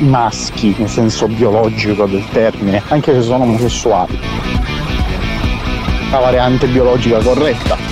maschi, nel senso biologico del termine, anche se sono omosessuali. La variante biologica corretta.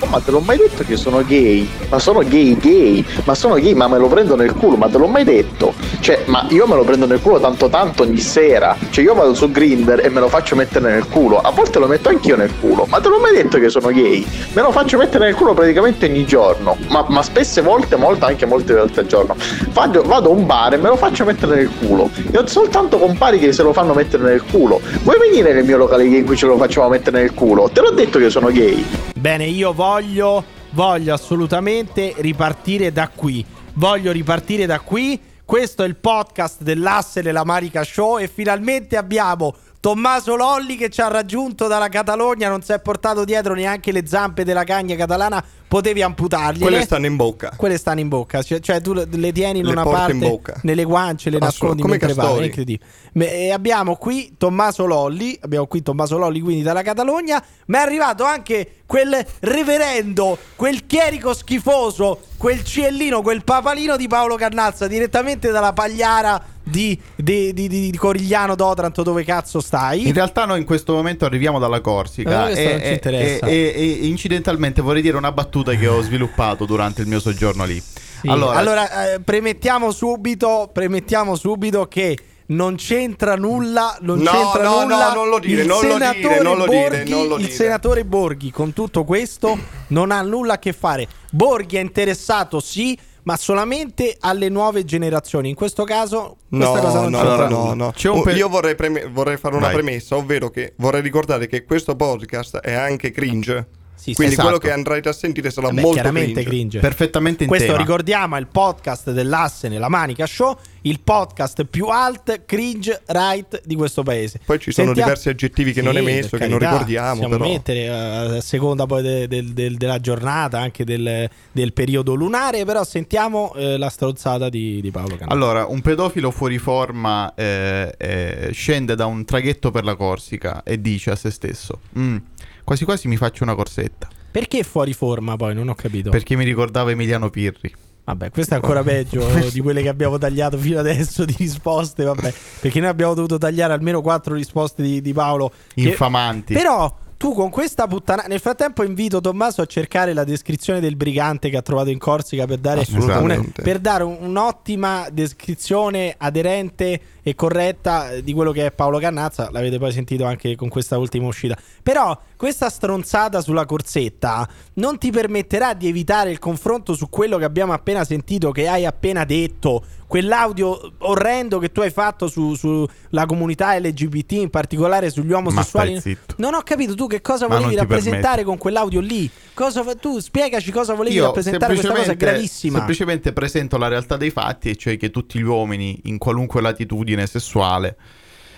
Oh, ma te l'ho mai detto che sono gay? Ma sono gay gay? Ma sono gay ma me lo prendo nel culo? Ma te l'ho mai detto? Cioè, ma io me lo prendo nel culo tanto tanto ogni sera. Cioè, io vado su Grinder e me lo faccio mettere nel culo. A volte lo metto anch'io nel culo. Ma te l'ho mai detto che sono gay? Me lo faccio mettere nel culo praticamente ogni giorno. Ma, ma spesse volte, molte, anche molte volte al giorno. Vado, vado a un bar e me lo faccio mettere nel culo. E ho soltanto compari che se lo fanno mettere nel culo. Vuoi venire nel mio locale gay in cui ce lo facciamo mettere nel culo? Te l'ho detto che sono gay. Bene, io voglio, voglio assolutamente ripartire da qui. Voglio ripartire da qui. Questo è il podcast dell'Asse della Marica Show e finalmente abbiamo Tommaso Lolli che ci ha raggiunto dalla Catalogna, non si è portato dietro neanche le zampe della cagna catalana, potevi amputargli. Quelle stanno in bocca. Quelle stanno in bocca, cioè, cioè tu le le tieni in Le una porti parte, in bocca. nelle guance, le Assolut- nascondi come mentre Castori. parli, è incredibile. Me- E abbiamo qui Tommaso Lolli, abbiamo qui Tommaso Lolli quindi dalla Catalogna, ma è arrivato anche quel reverendo, quel chierico schifoso, quel ciellino, quel papalino di Paolo Cannazza direttamente dalla pagliara di, di- di- di- di Corigliano d'Otranto dove cazzo stai? In realtà noi in questo momento arriviamo dalla Corsica Ma Eh, questo non ci e, e, interessa. e- e incidentalmente vorrei dire una battuta che ho sviluppato durante il mio soggiorno lì. Allora, eh, premettiamo, subito, premettiamo subito che non c'entra nulla, non No, c'entra no, nulla. no, non lo dire, il non lo dire, senatore non lo dire, Borghi- non lo Il dire. senatore Borghi con tutto questo non ha nulla a che fare. Borghi è interessato, sì, ma solamente alle nuove generazioni. In questo caso, questa cosa No, non no, c'entra no, Allora, no, nulla. no. c'è un Oh, per- Io vorrei, preme- vorrei fare una Vai. premessa, ovvero che vorrei ricordare che questo podcast è anche cringe. Sì, sì. quindi Esatto. quello che andrete a sentire sarà Eh beh, molto chiaramente cringe. cringe. perfettamente in Questo tema. ricordiamo è il podcast dell'asse nella manica show, il podcast più alt cringe right di questo paese. Poi ci sono diversi aggettivi che non hai messo, per che non carità, ricordiamo, Possiamo però. mettere eh, a seconda poi de- del- del- della giornata, anche del, del periodo lunare, però sentiamo eh, la strozzata di, di Paolo Cannavaro. Allora, un pedofilo fuori forma eh, eh, scende da un traghetto per la Corsica e dice a se stesso: "Mm, Quasi quasi mi faccio una corsetta Perché fuori forma poi? Non ho capito. perché mi ricordava Emiliano Pirri. Vabbè, questo è ancora peggio eh, di quelle che abbiamo tagliato fino adesso di risposte. Vabbè, perché noi abbiamo dovuto tagliare almeno quattro risposte di, di Paolo. che- Infamanti. Però tu con questa puttana. Nel frattempo, invito Tommaso a cercare la descrizione del brigante che ha trovato in Corsica per dare, Assolutamente. una- per dare un- un'ottima descrizione aderente e corretta eh, di quello che è Paolo Cannazza. L'avete poi sentito anche con questa ultima uscita. Però questa stronzata sulla corsetta non ti permetterà di evitare il confronto su quello che abbiamo appena sentito, che hai appena detto. Quell'audio orrendo che tu hai fatto su- sulla comunità LGBT, in particolare sugli omosessuali. Ma stai zitto. Non ho capito tu che cosa Esatto. Ma volevi non ti rappresentare permetto. con quell'audio lì. Cosa fa- tu spiegaci cosa volevi Io rappresentare, questa cosa è semplicemente- gravissima. Semplicemente presento la realtà dei fatti, e cioè che tutti gli uomini, in qualunque latitudine sessuale,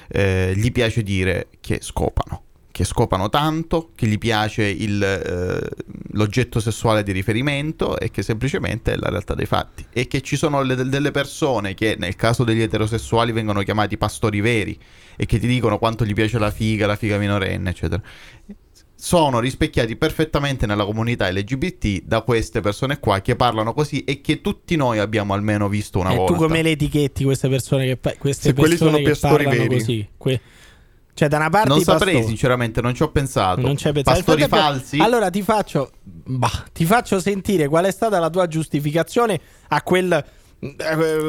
eh, gli piace dire che scopano. Che scopano tanto, che gli piace il, eh, l'oggetto sessuale di riferimento e che semplicemente è la realtà dei fatti. E che ci sono le- delle persone che, nel caso degli eterosessuali, vengono chiamati pastori veri e che ti dicono quanto gli piace la figa, la figa minorenne, eccetera sono rispecchiati perfettamente nella comunità LGBT da queste persone qua che parlano così e che tutti noi abbiamo almeno visto una Eh, volta. tu come le etichetti queste persone che pa- queste Se quelli persone sono che pastori parlano veri. così. Que- cioè da una parte non i saprei pastori. sinceramente, non ci ho pensato. Non c'è pensato. Pastori Nel frattempo- falsi? Allora ti faccio, bah, ti faccio sentire qual è stata la tua giustificazione a quel. eh,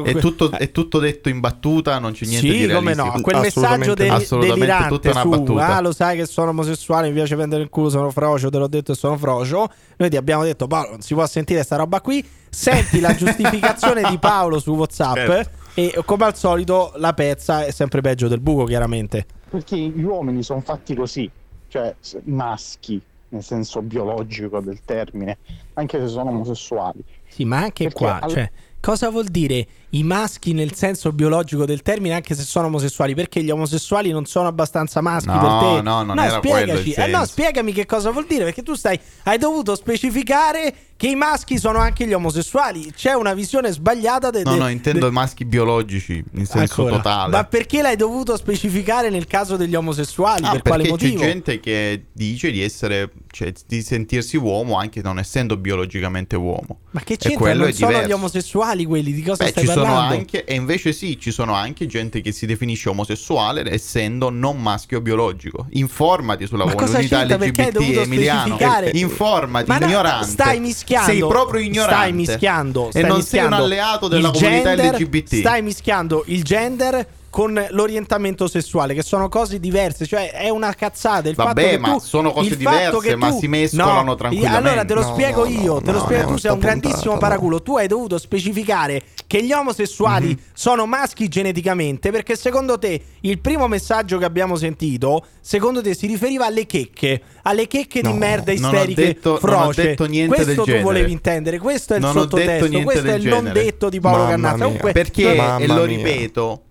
è, tutto, è tutto detto in battuta, non c'è niente sì, di come no, realistico. a quel messaggio Assolutamente del, no. Assolutamente delirante tutta una su, battuta. ah, lo sai che sono omosessuale, mi piace prendere il culo, sono frocio, te l'ho detto e sono frocio. Noi ti abbiamo detto Paolo, non si può sentire sta roba qui. Senti la giustificazione di Paolo su WhatsApp Certo. e come al solito la pezza è sempre peggio del buco, chiaramente. Perché gli uomini sono fatti così, cioè s- maschi, nel senso biologico del termine, anche se sono omosessuali. Sì, ma anche Perché qua, al- cioè, cosa vuol dire i maschi nel senso biologico del termine, anche se sono omosessuali? Perché gli omosessuali non sono abbastanza maschi No, per te? no, non era quello il spiegaci, eh, senso. no, spiegami che cosa vuol dire, perché tu stai, hai dovuto specificare che i maschi sono anche gli omosessuali. C'è una visione sbagliata del. No, no, intendo i maschi biologici in senso totale. Ma perché l'hai dovuto specificare nel caso degli omosessuali? Ah, per perché quale motivo? c'è gente che dice di essere, cioè, di sentirsi uomo anche non essendo biologicamente uomo. Ma che E c'entra? quello Non è sono diverso. gli omosessuali quelli, di cosa Beh, stai ci sono parlando? anche, e invece sì, ci sono anche gente che si definisce omosessuale essendo non maschio biologico. Informati sulla Ma cosa comunità c'entra? Perché hai dovuto LGBT, Emiliano. specificare? Informati, Ma no, ignorante. stai mischiando. Sei proprio ignorante. Stai mischiando. stai e non mischiando sei un alleato della il comunità gender- LGBT. Stai mischiando il gender con l'orientamento sessuale, che sono cose diverse. Cioè, è una cazzata. Il Vabbè, fatto che ma tu- sono cose il fatto diverse, che ma tu- si mescolano No, tranquillamente. Allora te lo No, spiego no, io. no, te lo no, spiego. no, tu sei un sta grandissimo puntata, paraculo. Tu hai dovuto specificare che gli omosessuali Mhm. sono maschi geneticamente. Perché secondo te il primo messaggio che abbiamo sentito, secondo te, si riferiva alle checche, alle checche No, di merda non ho isteriche. detto- non ho froce. detto niente Questo del tu genere. volevi intendere. Questo è il Non ho detto sottotesto. niente Questo è del il non genere. detto di Paolo Mamma Cannazza. mia. Comunque, Perché, Mamma e lo mia. ripeto,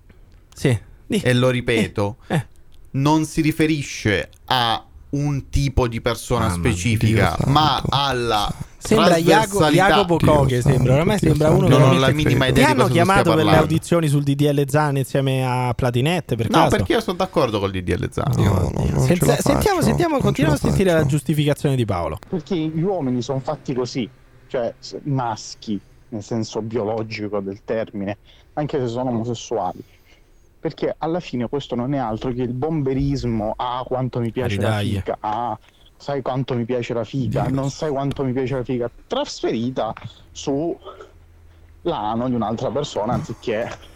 Sì. Di- e lo ripeto, Eh, eh. non si riferisce a un tipo di persona Mamma mia, specifica, Dio ma santo. alla Sembra Iago- trasversalità. Jacopo Dio Coghe. santo, Sembra. Ormai Dio sembra santo. uno Non ho che. la veramente minima credo. Ti idea di hanno cosa tu stia chiamato per le parlando. audizioni sul DDL Zan insieme a Platinette? Per No, caso? perché io sono d'accordo con l'IDL Zan. Io no, non ce Senza- sentiamo, la faccio, sentiamo, non continuiamo a ce la sentire la faccio. giustificazione di Paolo. Perché gli uomini sono fatti così, cioè s- maschi nel senso biologico del termine, anche se sono omosessuali. Perché alla fine questo non è altro che il bomberismo. Ah, quanto mi piace la Ridaglia. figa. Ah, sai quanto mi piace la figa. Dio. Non sai quanto mi piace la figa. Trasferita sull'ano di un'altra persona anziché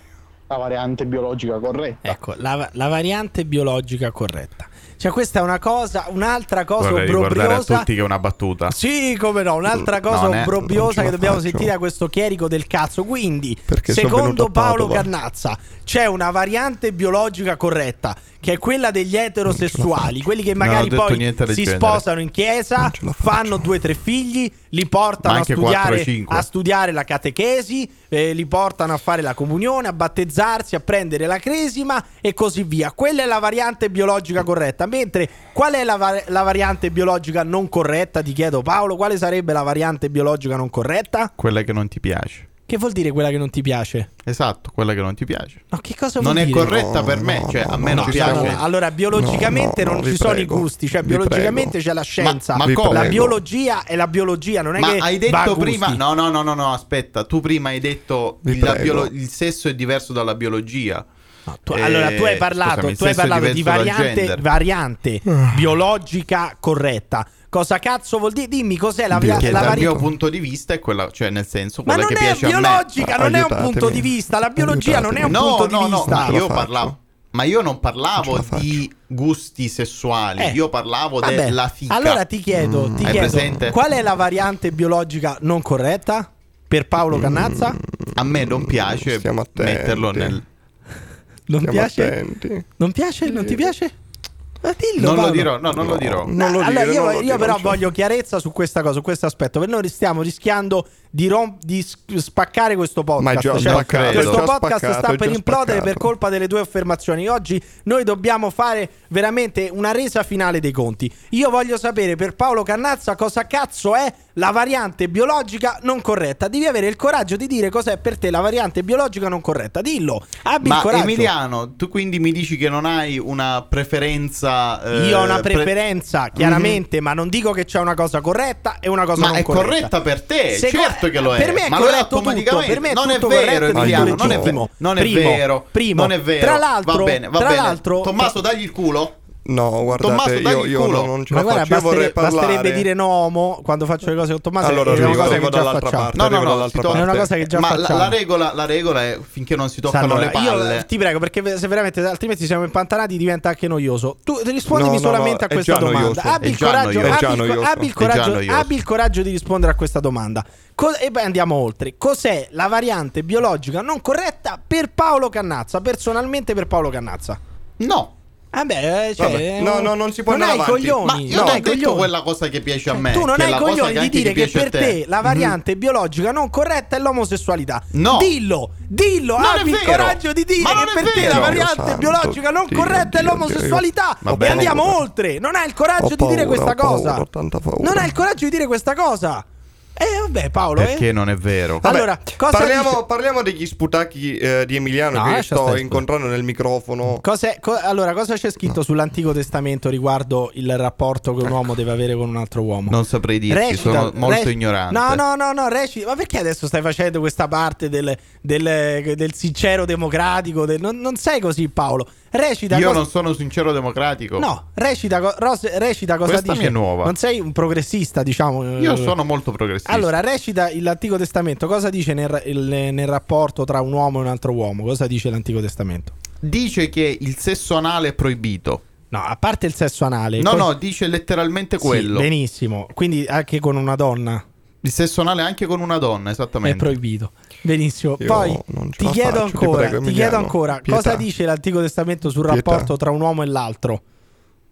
la variante biologica corretta. Ecco, la, la variante biologica corretta. Cioè, questa è una cosa, un'altra cosa obbrobriosa. che è una battuta. Sì, come no, un'altra cosa Non è- non obbrobbiosa ce che la dobbiamo faccio. sentire da questo chierico del cazzo. Quindi, Perché sono venuto secondo a Paolo Padova. Carnazza, c'è una variante biologica corretta, che è quella degli eterosessuali, quelli che Non ho magari detto poi niente del si genere. sposano in chiesa, Non ce la faccio. fanno due o tre figli, li portano Ma a anche quattro, studiare, cinque. a studiare la catechesi, eh, li portano a fare la comunione, a battezzarsi, a prendere la cresima e così via. Quella è la variante biologica corretta. Mentre qual è la, va- la variante biologica non corretta? Ti chiedo Paolo, quale sarebbe la variante biologica non corretta? Quella che non ti piace. Che vuol dire quella che non ti piace? Esatto, quella che non ti piace. No, che cosa Cioè, Non vuol è dire? corretta per me, No, cioè no, a no, me non ci piace. sono- No, no, allora, biologicamente No, no, non vi ci sono i prego, gusti, cioè vi biologicamente prego. c'è la scienza. ma Vi come? La prego. biologia è la biologia, non è Ma che hai va a detto gusti. prima. No, no, no, no, no, aspetta. Tu prima hai detto Vi il, la prego. biolo- il sesso è diverso dalla biologia. No, tu- Eh, allora, tu hai parlato, scusami, tu hai sesso parlato di diverso dal variante, gender. variante Ah. biologica corretta. Cosa cazzo vuol dire? Dimmi cos'è la, via- Che la dal vari- mio punto di vista è quella, cioè nel senso Ma non quella che è piace a me. biologica, non è un Aiutatemi. punto di vista. La biologia non è un no, punto no, di no, vista. ma Non ce la io faccio. parlavo. Ma io non parlavo Non ce la di gusti sessuali, Eh, io parlavo vabbè. della fica. Mm. Allora ti chiedo, ti Hai chiedo, presente? qual è la variante biologica non corretta per Paolo Mm. Cannazza? a me non piace Stiamo attenti. metterlo nel Non Stiamo piace? attenti. Non piace? Non ti piace? Ma dillo, Non lo Paolo. dirò, no, non lo dirò. No. Non lo allora dire, io, non lo io dire, però non so. voglio chiarezza su questa cosa, su questo aspetto, perché noi stiamo rischiando di, rom- di s- spaccare questo podcast. Cioè, Ma è già spaccato, è questo già podcast spaccato, sta è per già implodere per spaccato. colpa delle tue affermazioni. Oggi noi dobbiamo fare veramente una resa finale dei conti. Io voglio sapere per Paolo Cannazza cosa cazzo è la variante biologica non corretta. Devi avere il coraggio di dire cos'è per te la variante biologica non corretta. Dillo, abbi il Ma coraggio. Emiliano, tu quindi mi dici che non hai una preferenza eh, Io ho una pre- preferenza, Mhm. chiaramente, ma non dico che c'è una cosa corretta e una cosa ma non è corretta. corretta per te, Se- certo che lo è. Per me è ma lo è corretto tutto, automaticamente. per me è non tutto è vero, corretto e tutto Emiliano, non è, ve- legittimo. non è Primo, vero. primo. Non è vero. Tra l'altro- va bene, va tra bene. l'altro- Tommaso, dagli il culo. No, Tommaso, guardate, dagli io, il io culo. no, non ce Ma la guarda, Cioè, faccio. Io vorrei bastere- parlare. basterebbe dire nomo quando faccio le cose con Tommaso. Allora, è una Rodrigo, cosa arrivo che già dall'altra facciamo. parte. No, no, arrivo no, si dall'altra tocca- parte. È una cosa che già ma la, facciamo. la regola, la regola è finché non si toccano Allora, le palle. io ti prego, perché se veramente altrimenti siamo impantanati diventa anche noioso. Tu rispondimi No, no, solamente no, a è questa già domanda. noioso, Abbi è il già coraggio, noioso. È abbi già il co- noioso, abbi il è già coraggio- noioso. abbi il coraggio di rispondere a questa domanda. Co- e poi andiamo oltre. Cos'è la variante biologica non corretta per Paolo Cannazza? Personalmente per Paolo Cannazza. No. Vabbè, eh, cioè, Vabbè. No, eh, no, non si può non hai andare avanti. coglioni. Ma non io non hai ho detto coglioni. quella cosa che piace a Cioè, me. tu non che è hai la cosa coglioni che di anche dire ti che piace a Mm. per te. la variante biologica non corretta è l'omosessualità. No. Dillo, dillo, Non è abbi il vero. coraggio di dire Ma non che è per te vero. la Dio variante santo, biologica non Dio, corretta è Dio, l'omosessualità. Dio, io- E Vabbè, andiamo paura. oltre. Non hai il coraggio Ho di dire paura, questa ho cosa. paura, ho tanta paura. Non hai il coraggio di dire questa cosa. Eh, vabbè, Paolo. eh. Perché non è vero. Vabbè, Allora, cosa parliamo, dice- parliamo degli sputacchi eh, di Emiliano No, che lascia sto stare, scusa. incontrando nel microfono. Cos'è- co- allora, cosa c'è scritto sull'Antico Testamento riguardo il rapporto Ecco. che un uomo deve avere con un altro uomo? Non saprei dirti, sono rec- molto ignorante. No, no, no, no, recita. Ma perché adesso stai facendo questa parte del, del- del sincero democratico? del- non, non sei così, Paolo. Recita Io cosa- non sono sincero democratico. No, recita, co- Ros- recita cosa Questa dice. mi è nuova. Non sei un progressista, diciamo. Io Eh, sono molto progressista. Allora, recita il- l'Antico Testamento. Cosa dice nel, ra- il- nel rapporto tra un uomo e un altro uomo? Cosa dice l'Antico Testamento? Dice che il sesso anale è proibito. No, a parte il sesso anale. No, cosa- no, dice letteralmente Sì, quello. benissimo. Quindi anche con una donna il sesso anale anche con una donna, è esattamente. proibito. Benissimo. Io Poi non ce ti la chiedo faccio, ti ancora, prego, ti Emiliano, chiedo ancora pietà. cosa dice l'Antico Testamento sul Pietà. rapporto tra un uomo e l'altro.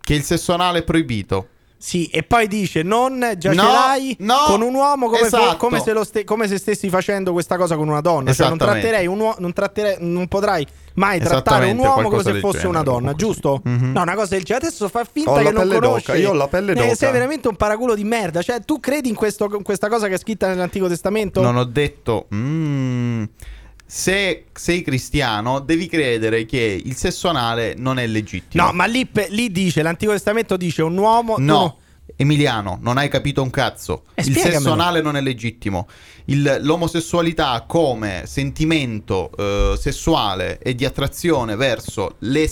Che il sesso anale è proibito. Sì, e poi dice non No, giacerai no, con un uomo come, esatto. come se lo ste- come se stessi facendo questa cosa con una donna. Cioè, non, Esattamente. tratterei un uo- non, tratterei- non potrai mai trattare un Esattamente, uomo come qualcosa se del fosse genere, una donna, comunque sì. giusto? Mhm. No, una cosa del genere. Adesso fa finta Ho la che non pelle d'oca, conosci. io ho la pelle Eh, d'oca. Sei veramente un paraculo di merda. Cioè, tu credi in, questo- in questa cosa che è scritta nell'Antico Testamento? Non ho detto. "Mm, se sei cristiano, devi credere che il sesso anale non è legittimo. No, ma lì, pe- lì dice, l'Antico Testamento dice un uomo... tu No, Emiliano, non hai capito un cazzo. Eh, il spiegamelo. sesso anale non è legittimo. Il- l'omosessualità come sentimento eh, sessuale e di attrazione verso, le-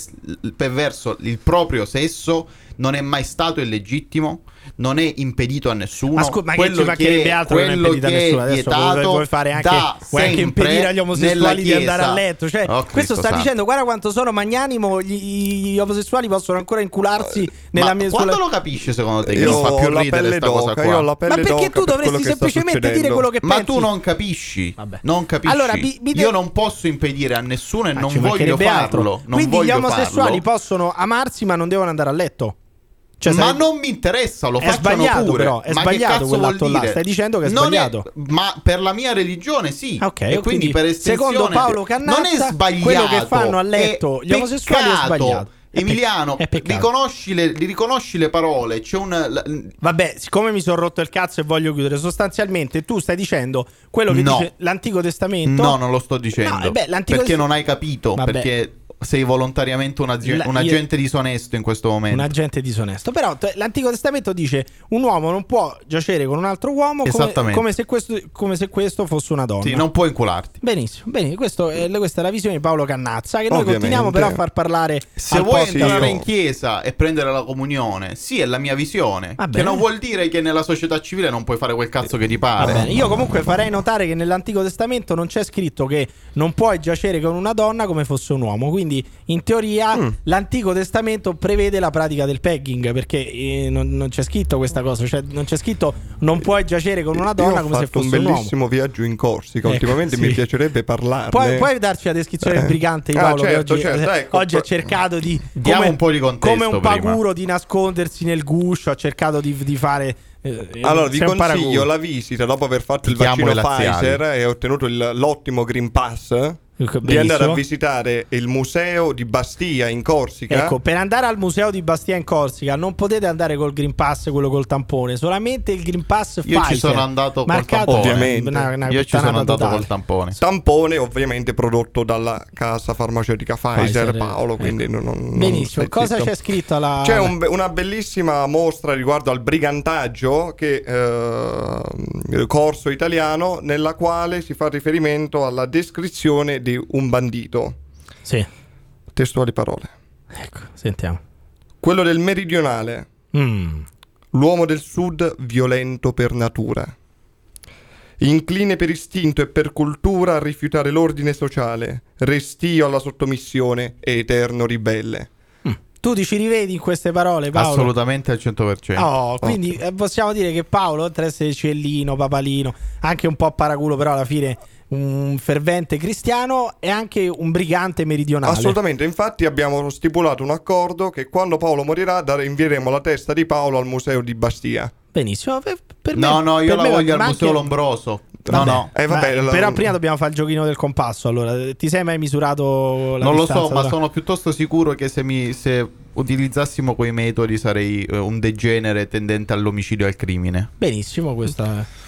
per- verso il proprio sesso non è mai stato illegittimo. Non è impedito a nessuno. Ma scu- ma che Quello ci mancherebbe altro che non è quello impedito a che è nessuno? Adesso vuoi- vietato vuoi fare anche- da vuoi anche sempre impedire agli omosessuali di nella andare Chiesa. a letto. Cioè, Oh, questo Cristo sta santo. dicendo, guarda quanto sono magnanimo, gli, gli omosessuali possono ancora incularsi nella Ma mia quando sulla- lo capisci secondo te? Che Io non fa più ho la ridere pelle sta cosa d'oca. qua. Io ho la pelle Ma perché tu d'oca per quello dovresti che sta semplicemente dire succedendo. quello che Ma pensi? Ah, tu non capisci, Vabbè. non capisci. Allora, vi- vi de- Io non posso impedire a nessuno e Ma non ci voglio mancherebbe altro. farlo. Non Quindi gli voglio omosessuali farlo. possono amarsi ma non devono andare a letto. Cioè, ma sarebbe- non mi interessa, lo È facciano sbagliato, pure. però, è ma sbagliato che cazzo quell'atto vuol là, dire? stai dicendo che è Non sbagliato. ma per la mia religione sì. Ah, ok, e quindi, quindi, per estensione secondo Paolo Cannazza, non è sbagliato. quello che fanno a è letto gli omosessuali è peccato. sbagliato. È pe- Emiliano, è peccato. riconosci le, riconosci le parole, c'è un la- Vabbè, siccome mi sono rotto il cazzo e voglio chiudere, sostanzialmente tu stai dicendo quello che No. dice l'Antico Testamento. No, non lo sto dicendo. No, eh beh, l'Antico perché Test- non hai capito. Vabbè. Perché sei volontariamente un, azi- La- un io- agente disonesto in questo Un momento. agente disonesto. Però t- l'Antico Testamento dice un uomo non può giacere con un altro uomo come, Esattamente. come se, questo, come se questo fosse una donna. Sì, non puoi incularti. Benissimo, bene, questo è- questa è la visione di Paolo Cannazza che noi Ovviamente. continuiamo però a far parlare Se al vuoi podcast. entrare io- in chiesa e prendere la comunione, sì, è la mia visione. Va che bene. non vuol dire che nella società civile non puoi fare quel cazzo che ti Va pare. bene, Io comunque farei notare che nell'Antico Testamento non c'è scritto che non puoi giacere con una donna come fosse un uomo, quindi in teoria Mm. l'Antico Testamento prevede la pratica del pegging perché eh, non, non c'è scritto questa cosa, cioè non c'è scritto non puoi giacere con una Io donna ho come se fatto fosse un un uomo. bellissimo viaggio in Corsica. Ecco, Ultimamente sì. mi piacerebbe parlarne. Puoi, puoi darci la descrizione Eh. brigante di Ah, Paolo certo, che oggi, certo, ecco. oggi ha cercato di Diamo un po' di contesto come un prima. paguro di nascondersi nel guscio, ha cercato di, di fare eh, Allora, vi sei un consiglio paraguro. la visita dopo aver fatto il Ti chiamo vaccino i laziali. Pfizer e ottenuto il- l'ottimo Green Pass. Di Benissimo. andare a visitare il museo di Bastia in Corsica. Ecco, per andare al museo di Bastia in Corsica non potete andare col Green Pass, quello col tampone, solamente il Green Pass Io ci Pfizer, sono andato col marcato- tampone. Ovviamente. Io ci sono puttanata andato totale. col tampone. Tampone ovviamente prodotto dalla casa farmaceutica Pfizer, Pfizer, Paolo, ecco. quindi non, non- non Benissimo, stai cosa zitto. c'è scritto alla... C'è un be- una bellissima mostra riguardo al brigantaggio che, eh, corso italiano nella quale si fa riferimento alla descrizione di un bandito. Sì, Testuali parole. ecco, sentiamo. Quello del meridionale, Mm. l'uomo del sud violento per natura. Incline per istinto e per cultura a rifiutare l'ordine sociale, restio alla sottomissione e eterno ribelle. Tu ti ci rivedi in queste parole, Paolo? Assolutamente al 100%. Oh, quindi eh, possiamo dire che Paolo, oltre ad essere Cellino, Papalino, anche un po' paraculo, però alla fine un fervente cristiano, è anche un brigante meridionale. Assolutamente, infatti abbiamo stipulato un accordo che quando Paolo morirà dare- invieremo la testa di Paolo al museo di Bastia. Benissimo. per- per me- no, no, io per la me va- voglio al ma Museo anche- Lombroso. No, Vabbè, no. Eh, vabbè, ma- la- però prima dobbiamo fare il giochino del compasso. Allora, ti sei mai misurato la non lo distanza so, ma tra- sono piuttosto sicuro che se, mi- se utilizzassimo quei metodi sarei eh, un degenere tendente all'omicidio e al crimine. Benissimo, questa.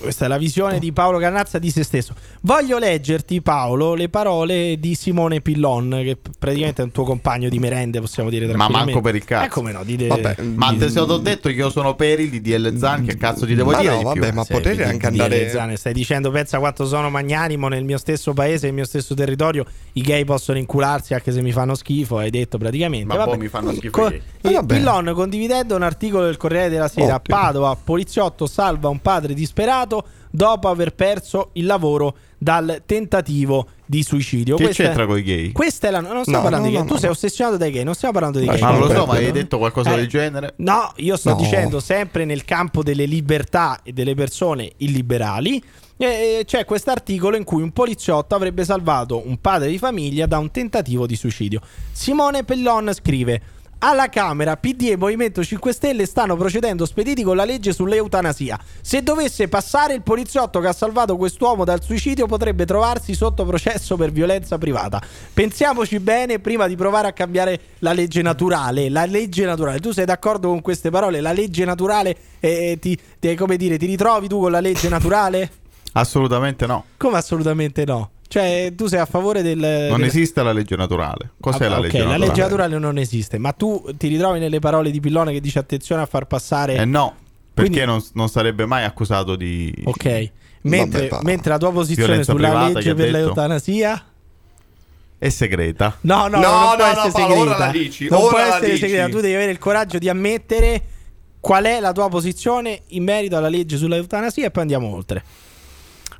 Questa è la visione di Paolo Cannazza di se stesso. Voglio leggerti, Paolo, le parole di Simone Pillon, che praticamente è un tuo compagno di merende, possiamo dire Ma tranquillamente. manco per il cazzo. Eh, come no, di- Vabbè, Ma te se ho detto che io sono per il DDL Zan, che cazzo ti devo Ma dire? no, di più? eh? vabbè, ma Sì, potere di- anche di andare- Elezane. Stai dicendo, pensa quanto sono magnanimo nel mio stesso paese, nel mio stesso territorio. I gay possono incularsi anche se mi fanno schifo. Hai detto praticamente. Ma Vabbè. poi mi fanno schifo i Co- gay. Eh, e vabbè. Pillon condividendo un articolo del Corriere della Sera Ottimo. a Padova, poliziotto salva un padre disperato dopo aver perso il lavoro dal tentativo di suicidio. Che Questa è- c'entra con i gay? Questa è la. Non stiamo No, parlando no, di gay. no, tu no, sei no. ossessionato dai gay, non stiamo parlando di Ma gay. Ma non lo so, ma Eh, hai detto qualcosa eh. del genere? No, io sto No. dicendo sempre nel campo delle libertà e delle persone illiberali. eh, c'è quest'articolo in cui un poliziotto avrebbe salvato un padre di famiglia da un tentativo di suicidio. Simone Pellon scrive: Alla Camera, PD e Movimento 5 Stelle stanno procedendo spediti con la legge sull'eutanasia. Se dovesse passare, il poliziotto che ha salvato quest'uomo dal suicidio potrebbe trovarsi sotto processo per violenza privata. Pensiamoci bene prima di provare a cambiare la legge naturale. La legge naturale, tu sei d'accordo con queste parole? La legge naturale, eh, ti, ti- come dire, ti ritrovi tu con la legge naturale? Assolutamente no. Come assolutamente no. Cioè, tu sei a favore del. Non del- esiste la legge naturale. Cos'è Eh, Ah, la ok, legge naturale? la legge naturale non esiste, ma tu ti ritrovi nelle parole di Pillone che dice attenzione a far passare. Eh no, perché Quindi- non, non sarebbe mai accusato di... ok. Mentre, Vabbè, va. mentre la tua posizione Violenza sulla privata, chi legge ha per detto? l'eutanasia. È segreta. No, no, No, non no, può no, essere Paolo, segreta. ora la dici, non ora può la essere dici. segreta. Tu devi avere il coraggio di ammettere qual è la tua posizione in merito alla legge sull'eutanasia e poi andiamo oltre.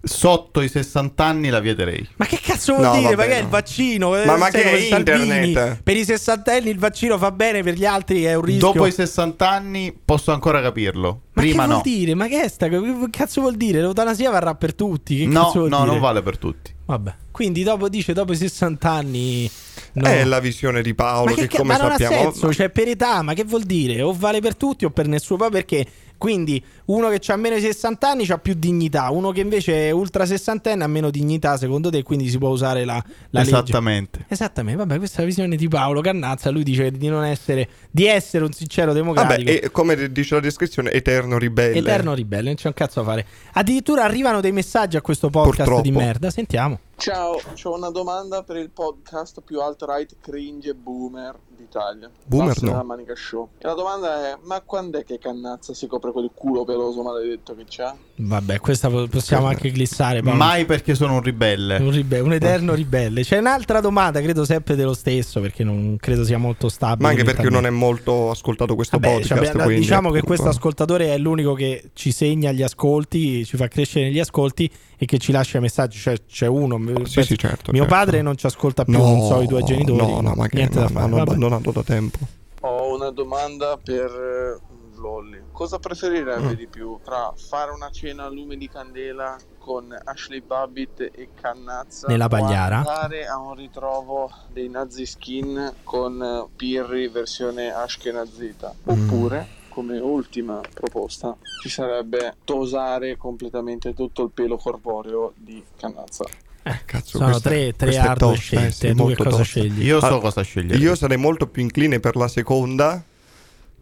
Sotto i 60 anni la vieterei. Ma che cazzo vuol No, dire? vabbè, Ma che è no. il vaccino? Ma- Sai ma che è come Salvini? internet? Per i sessantenni il vaccino fa bene, per gli altri è un rischio. Dopo i 60 anni posso ancora capirlo. ma Prima che no. vuol dire? Ma che è sta? Che cazzo vuol dire? L'eutanasia varrà per tutti. Che No, cazzo no, vuol dire? non vale per tutti. Vabbè. Quindi dopo dice dopo i 60 anni. no. È Eh, la visione di Paolo Ma che, che, ca- come ma non sappiamo... ha senso, cioè per età, ma che vuol dire? O vale per tutti o per nessuno? Poi perché quindi uno che ha meno di 60 anni ha più dignità, uno che invece è ultra sessantenne ha meno dignità, secondo te, quindi si può usare la, la legge? Esattamente. Esattamente, vabbè, questa è la visione di Paolo Cannazza. Lui dice di non essere, di essere un sincero Vabbè, democratico. e come dice la descrizione, eterno ribelle. Eterno ribelle, non c'è un cazzo da fare. Addirittura arrivano dei messaggi a questo podcast di Purtroppo. merda. Sentiamo. Ciao, ho una domanda per il podcast più alt-right cringe e boomer d'Italia. Boomer Basta no. la manica show. E la domanda è, ma quando è che Cannazza si copre quel culo peloso maledetto che c'ha? Vabbè, questa po- possiamo anche glissare. Paolo. Mai perché sono un ribelle. Eh. Un, ribe- un eterno ribelle. C'è un'altra domanda, credo sempre dello stesso, perché non credo sia molto stabile. Ma anche perché non è molto ascoltato questo Vabbè, cioè, podcast. beh, no, quindi, ecco, diciamo che appunto. questo ascoltatore è l'unico che ci segna gli ascolti, ci fa crescere gli ascolti e che ci lascia messaggi. Cioè, c'è uno. m- Sì, penso- sì, certo. mio certo. padre non ci ascolta più, non so i tuoi genitori. No, no, ma che niente no, da no, fare. Non, vabbè. non hanno da tempo. Ho una domanda per eh, Lolly. Cosa preferirebbe di più tra fare una cena a lume di candela con Ashley Babbitt e Cannazza Nella pagliara. o andare a un ritrovo dei Nazi Skin con eh, Pirri versione Ashkenazita? Oppure, come ultima proposta, ci sarebbe tosare completamente tutto il pelo corporeo di Cannazza. Eh, Cazzo, Sono questa- tre, tre questa è hardware tosta, eh, scelte. sì, tu che molto cosa tosta. scegli? Io so Ah, cosa scegliere. Io sarei molto più incline per la seconda.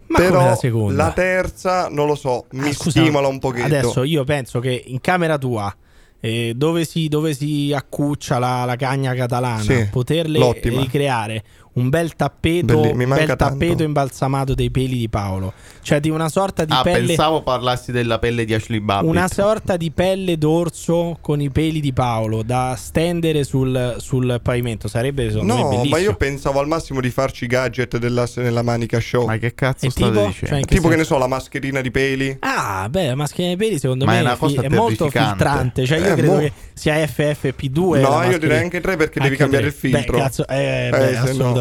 Ma però come la seconda? terza, non lo so, mi Ah, scusa, stimola un pochetto. Adesso io penso che in camera tua, eh, dove, si, dove si accuccia la, la cagna catalana, Sì, poterle l'ottima. ricreare un bel tappeto, Belli- mi un manca bel tappeto tanto. imbalsamato dei peli di Paolo, cioè di una sorta di Ah, pelle. pensavo parlassi della pelle di Ashley Ecco. Babbitt. Una sorta di pelle d'orso con i peli di Paolo da stendere sul, sul pavimento sarebbe secondo me No, bellissimo. ma io pensavo al massimo di farci gadget della, nella manica show. Ma che cazzo E state tipo? dicendo? Cioè, in che tipo che ne senso? so, la mascherina di peli. Ah, beh, la mascherina dei peli secondo Ma me è è, una fi- cosa è molto terrificante. filtrante. Cioè, io Eh, credo boh. che sia FFP2. No, la io mascherina. direi anche tre perché devi cambiare il filtro. Beh, cazzo, eh, Eh, beh, se no. assolutamente,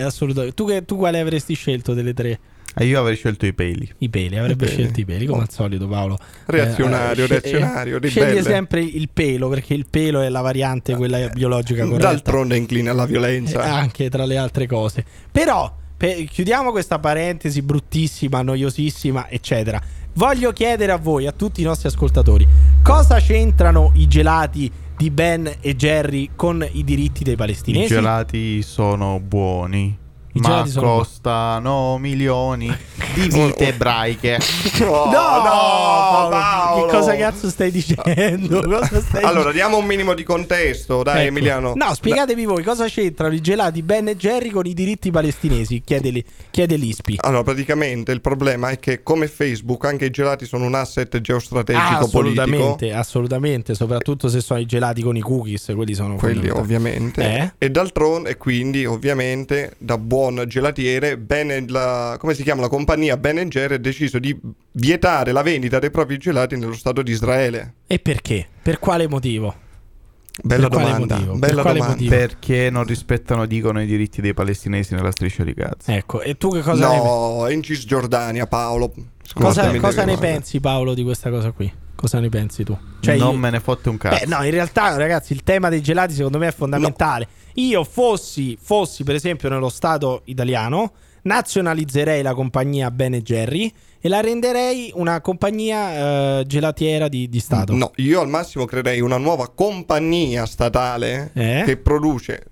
assolutamente. Tu, che- tu quale avresti scelto delle tre? E Eh, io avrei scelto i peli. I peli, avrebbe I peli. scelto i peli, come Oh. al solito Paolo. Reazionario, Eh, sce- reazionario, eh, Sceglie ribelle. sempre il pelo, perché il pelo è la variante, quella biologica corretta. D'altronde inclina alla Eh, violenza. anche tra le altre cose. Però pe- chiudiamo questa parentesi bruttissima, noiosissima, eccetera. Voglio chiedere a voi, a tutti i nostri ascoltatori, cosa c'entrano i gelati di Ben e Jerry con i diritti dei I palestinesi? gelati sono buoni. I ma gelati sono buoni. costano milioni. di vite ebraiche. No, Paolo, Paolo! Che cosa cazzo stai dicendo? Cosa stai Allora, diamo un minimo di contesto, dai, Ecco. Emiliano. No, spiegatevi voi cosa c'entrano i gelati Ben e Jerry con i diritti palestinesi. Chiedeli- Chiede l'ISPI. Allora, praticamente il problema è che, come Facebook, anche i gelati sono un asset Ah, geostrategico assolutamente, politico. assolutamente, soprattutto se sono i gelati con i cookies, quelli sono Quelli fondamentali. Eh? ovviamente. E d'altronde, e quindi ovviamente, da buon gelatiere, Ben la, come si chiama la compagnia Ben Jerry ha deciso di vietare la vendita dei propri gelati nello Stato di Israele. E perché? Per quale motivo? Bella Per quale domanda. motivo? Per Bella quale domanda. motivo? Perché non rispettano, dicono, i diritti dei palestinesi nella striscia di Gaza. Ecco, e tu che cosa ne, No, è in Cisgiordania, Paolo. cosa- Scusatemi, cosa ne guarda. pensi Paolo di questa cosa qui? Cosa ne pensi tu? Cioè, non io- me ne fotte un cazzo. Beh, no, in realtà, ragazzi, il tema dei gelati secondo me è fondamentale. Io fossi, fossi, per esempio, nello Stato italiano, nazionalizzerei la compagnia Ben Jerry e la renderei una compagnia eh, gelatiera di, di Stato. No, io al massimo creerei una nuova compagnia statale Eh? che produce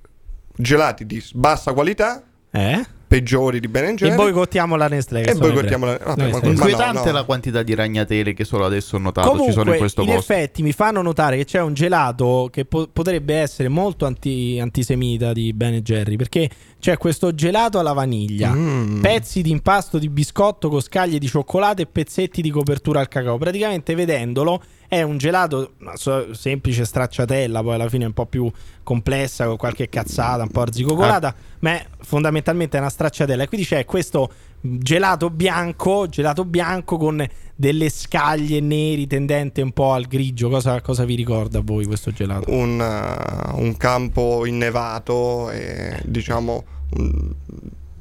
gelati di bassa qualità, Eh? peggiori di Ben E Jerry. boicottiamo la Nestlé. che E sono boicottiamo ebrei. la- vabbè, Noi ma- stessi. ma- Inquietante no, no. la quantità di ragnatele che solo adesso ho notato ci sono Comunque, in questo in posto. effetti mi fanno notare che c'è un gelato che po- potrebbe essere molto anti- antisemita di Ben Jerry perché c'è questo gelato alla vaniglia, Mm. pezzi di impasto di biscotto con scaglie di cioccolato e pezzetti di copertura al cacao. Praticamente vedendolo è un gelato ma so- semplice stracciatella, poi alla fine è un po' più complessa con qualche cazzata, un po' arzigogolata, ma è fondamentalmente è una stracciatella. E quindi c'è questo gelato bianco, gelato bianco con delle scaglie neri tendente un po' al grigio. Cosa, cosa vi ricorda a voi questo gelato? un, uh, un campo innevato e diciamo un-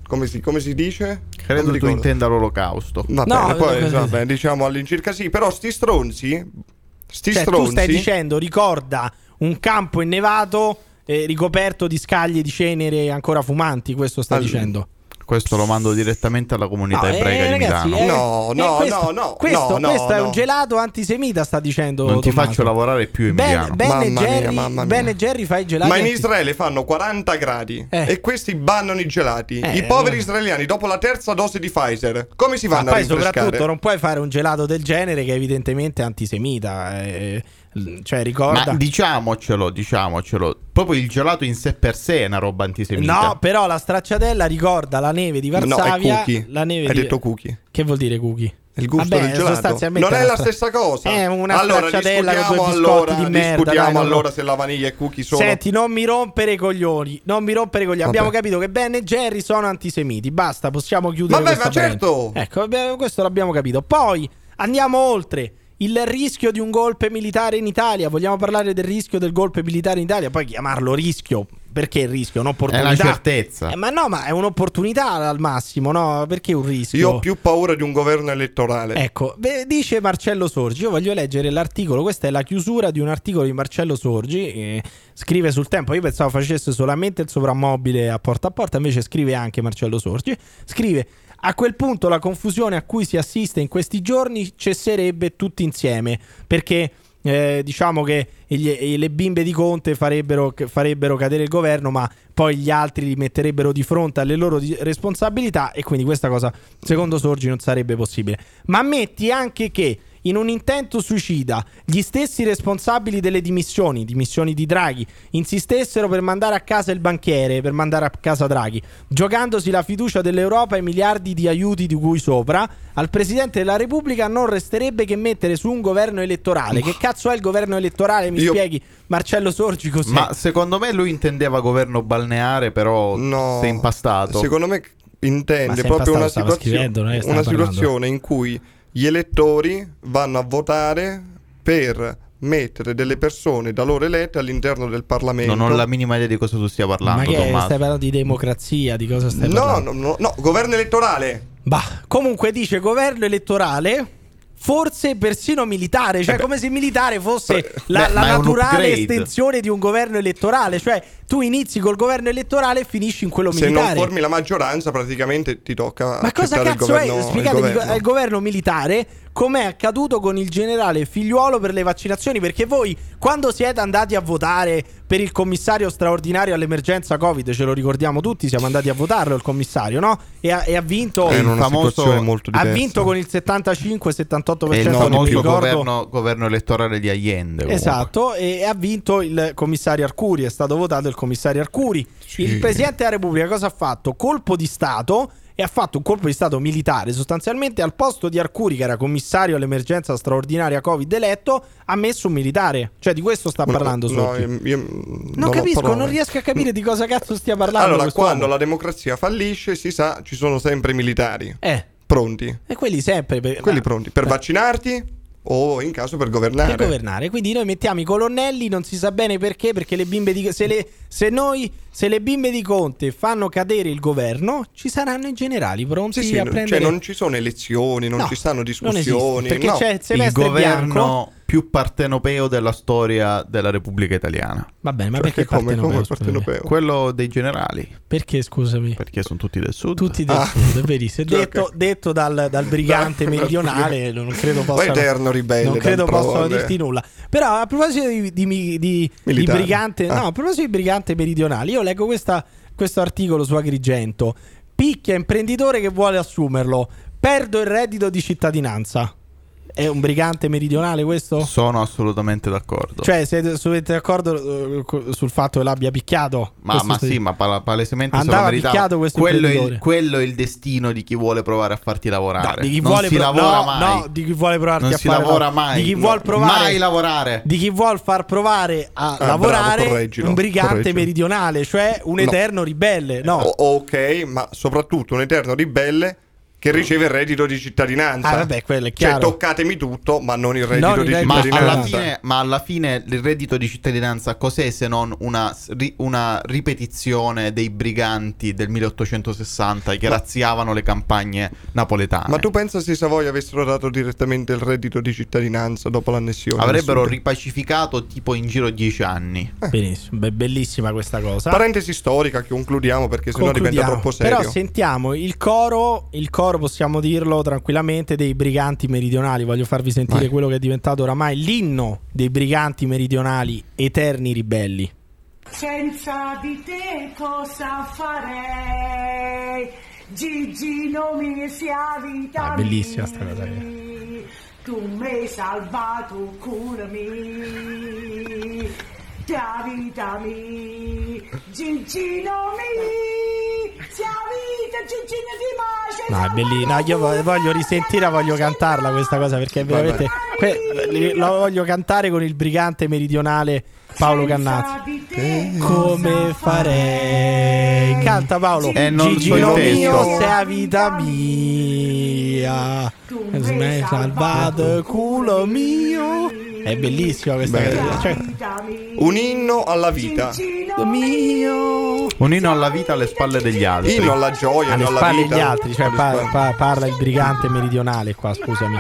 come, si, come si dice? Credo Non mi tu ricordo. intenda l'olocausto. Va No, bene, poi no, va bene, diciamo all'incirca sì, però sti stronzi sti Cioè, tu stronzi stai dicendo ricorda un campo innevato eh, ricoperto di scaglie di cenere ancora fumanti, questo stai Al- dicendo? Questo lo mando direttamente alla comunità No, ebraica eh, di ragazzi, Milano. eh, No, no, questo, no, no, questo, no, no, questo è no. un gelato antisemita, sta dicendo. Non ti Tommaso. faccio lavorare più, Emiliano. Ben, ben, Mamma e mia, Jerry, mamma mia. Ben e Jerry fa i gelati. ma in anti- Israele fanno 40 gradi Eh. e questi bannano i gelati. Eh, I poveri eh. israeliani dopo la terza dose di Pfizer, come si Ma vanno a poi rinfrescare? soprattutto non puoi fare un gelato del genere che è evidentemente antisemita. eh, l- cioè, ricorda. Ma diciamocelo, diciamocelo. Proprio il gelato in sé per sé è una roba antisemita. No, però la stracciatella ricorda la neve di No, è Varsavia. cookie. la neve Hai di- detto cookie. Che vuol dire cookie? È Il gusto Vabbè, del gelato sostanzialmente non è una la stra- stessa cosa. È una allora stracciatella con discutiamo due biscotti allora, di merda, discutiamo dai, no, no. allora se la vaniglia e cookie sono Senti, non mi rompere i coglioni. Non mi rompere i coglioni. Vabbè. Abbiamo capito che Ben e Jerry sono antisemiti. Basta, possiamo chiudere. Vabbè, questa ma certo! parentesi. Ecco, vabbè, questo l'abbiamo capito. Poi andiamo oltre. Il rischio di un golpe militare in Italia. Vogliamo parlare del rischio del golpe militare in Italia? Poi chiamarlo rischio. Perché il rischio? è Un'opportunità. una certezza. Eh, ma no, ma è un'opportunità al massimo, no? Perché un rischio? Io ho più paura di un governo elettorale. Ecco, beh, dice Marcello Sorgi, io voglio leggere l'articolo, questa è la chiusura di un articolo di Marcello Sorgi, eh, scrive sul tempo, io pensavo facesse solamente il sovrammobile a porta a porta, invece scrive anche Marcello Sorgi, scrive a quel punto la confusione a cui si assiste in questi giorni cesserebbe tutti insieme, perché... eh, diciamo che gli- le bimbe di Conte farebbero, farebbero cadere il governo, ma poi gli altri li metterebbero di fronte alle loro di- responsabilità e quindi questa cosa secondo Sorgi non sarebbe possibile. Ma metti anche che in un intento suicida gli stessi responsabili delle dimissioni, dimissioni di Draghi, insistessero per mandare a casa il banchiere, per mandare a casa Draghi, giocandosi la fiducia dell'Europa e i miliardi di aiuti di cui sopra, al Presidente della Repubblica non resterebbe che mettere su un governo elettorale. Che cazzo è il governo elettorale? Mi Io- spieghi, Marcello Sorgi così. Ma secondo me lui intendeva governo balneare, però No, si è impastato. Secondo me Ma si intende è proprio una impastato, stava situazione, scrivendo, non è che stava una parlando. situazione in cui gli elettori vanno a votare per mettere delle persone da loro elette all'interno del Parlamento. Non ho la minima idea di cosa tu stia Ma parlando, che Tommaso. stai parlando di democrazia? Di cosa stai No, parlando? no, no, no, governo elettorale. Bah, comunque dice governo elettorale. Forse persino militare, Eh cioè come se militare fosse la, beh, la ma è un naturale upgrade. estensione di un governo elettorale. Cioè, tu inizi col governo elettorale e finisci in quello Se non militare. formi la maggioranza praticamente ti tocca Ma cosa accettare il cazzo governo. è? il Spiegatemi, il governo. governo militare com'è accaduto con il generale figliuolo per le vaccinazioni, perché voi quando siete andati a votare per il commissario straordinario all'emergenza Covid, ce lo ricordiamo tutti, siamo andati a votarlo il commissario, no? E ha, e ha vinto... È in una famoso- situazione molto Ha diversa. vinto con il 75-78% È il non mi famoso ricordo. governo, governo elettorale di Allende. comunque. Esatto, e ha vinto il commissario Arcuri, è stato votato il commissario Arcuri. Sì. Il Presidente della Repubblica cosa ha fatto? Colpo di Stato e ha fatto un colpo di Stato militare. Sostanzialmente al posto di Arcuri, che era commissario all'emergenza straordinaria Covid eletto, ha messo un militare. Cioè di questo sta No, parlando no, Socchi. ehm, io, mm, non ho capisco, parole. non riesco a capire di cosa cazzo stia parlando. Allora, quest'uomo. quando la democrazia fallisce, si sa, ci sono sempre i militari Eh, pronti. e quelli sempre... per- Quelli ma- pronti per eh. vaccinarti o in caso per governare. Per governare, quindi noi mettiamo i colonnelli, non si sa bene perché, perché le bimbe di se, le, se noi se le bimbe di Conte fanno cadere il governo, ci saranno i generali pronti Sì, sì, a no, prendere cioè non ci sono elezioni, non No, ci stanno non esiste, discussioni. perché no. c'è il Il semestre governo bianco. più partenopeo della storia della Repubblica Italiana. Va bene, ma Cioè, perché, che come, partenopeo, come scusami? partenopeo? Quello dei generali, Perché scusami? perché sono tutti del sud. Tutti del Ah. sud, è verissimo. Cioè, Detto, ok. detto dal, dal brigante Dal- dal meridionale, non credo Poi possano, eterno ribelle. non credo d'altronde. possano dirti nulla. Però a proposito di, di- di- di Militari. brigante, Ah. no, a proposito di brigante meridionale, io leggo questa- questo articolo su Agrigento. Picchia imprenditore che vuole assumerlo. Perdo il reddito di cittadinanza. È un brigante meridionale questo? Sono assolutamente d'accordo. Cioè, siete, siete d'accordo eh, co- sul fatto che l'abbia picchiato? ma, Questo ma sta- sì, ma pala- palesemente se lo Andava meritava. picchiato questo quello, è imprenditore. il, quello è il destino di chi vuole provare a farti No, lavorare. di chi non vuole si pro- lavora no, mai. no, di chi vuole provarti non a si fare lavora no. mai. Di chi No, vuole provare mai lavorare. Ah, Di chi vuol far provare a bravo, lavorare correggilo, un brigante correggilo. meridionale, cioè un No. eterno ribelle. No. Oh. O- ok, ma soprattutto un eterno ribelle che riceve il reddito di cittadinanza. Mm. Ah, vabbè, quello è chiaro. Cioè, toccatemi tutto, ma non il reddito Non il di reddito ma di cittadinanza. alla, fine, ma alla fine il reddito di cittadinanza cos'è se non una, s- ri- una ripetizione dei briganti del 1860 che razziavano le campagne napoletane? Ma tu pensa se i Savoia avessero dato direttamente il reddito di cittadinanza dopo l'annessione? del Avrebbero Sud? ripacificato tipo in giro 10 anni. Benissimo, beh, bellissima questa cosa. Parentesi storica che concludiamo perché sennò diventa Concludiamo. troppo serio. Però sentiamo il coro, il coro possiamo dirlo tranquillamente dei briganti meridionali, voglio farvi sentire Vai. quello che è diventato oramai l'inno dei briganti meridionali eterni ribelli. Senza di te cosa farei? Gigino mi sia vita Ah, è bellissima sta cosa eh. mia. Tu mi hai salvato, curami Tia vita mi Gigino mi sia vita, Gigino di mace No, è bellissima. No, io vo- voglio risentirla, voglio cantarla questa cosa perché è veramente. Que- li- la voglio cantare con il brigante meridionale Paolo Cannazzi. Come farei? Canta Paolo. E Eh, non Gigi so il lo mio, testo. sei la vita mia. Mi hai salvato il culo mio. È bellissima questa Bella. cosa. Cioè, Un inno alla vita. mio. Un inno alla vita alle spalle degli altri. Inno alla Eh, gioia, alle inno alla spalle vita. gli altri, cioè Alle pa- spalle. pa- parla il brigante meridionale qua, scusami.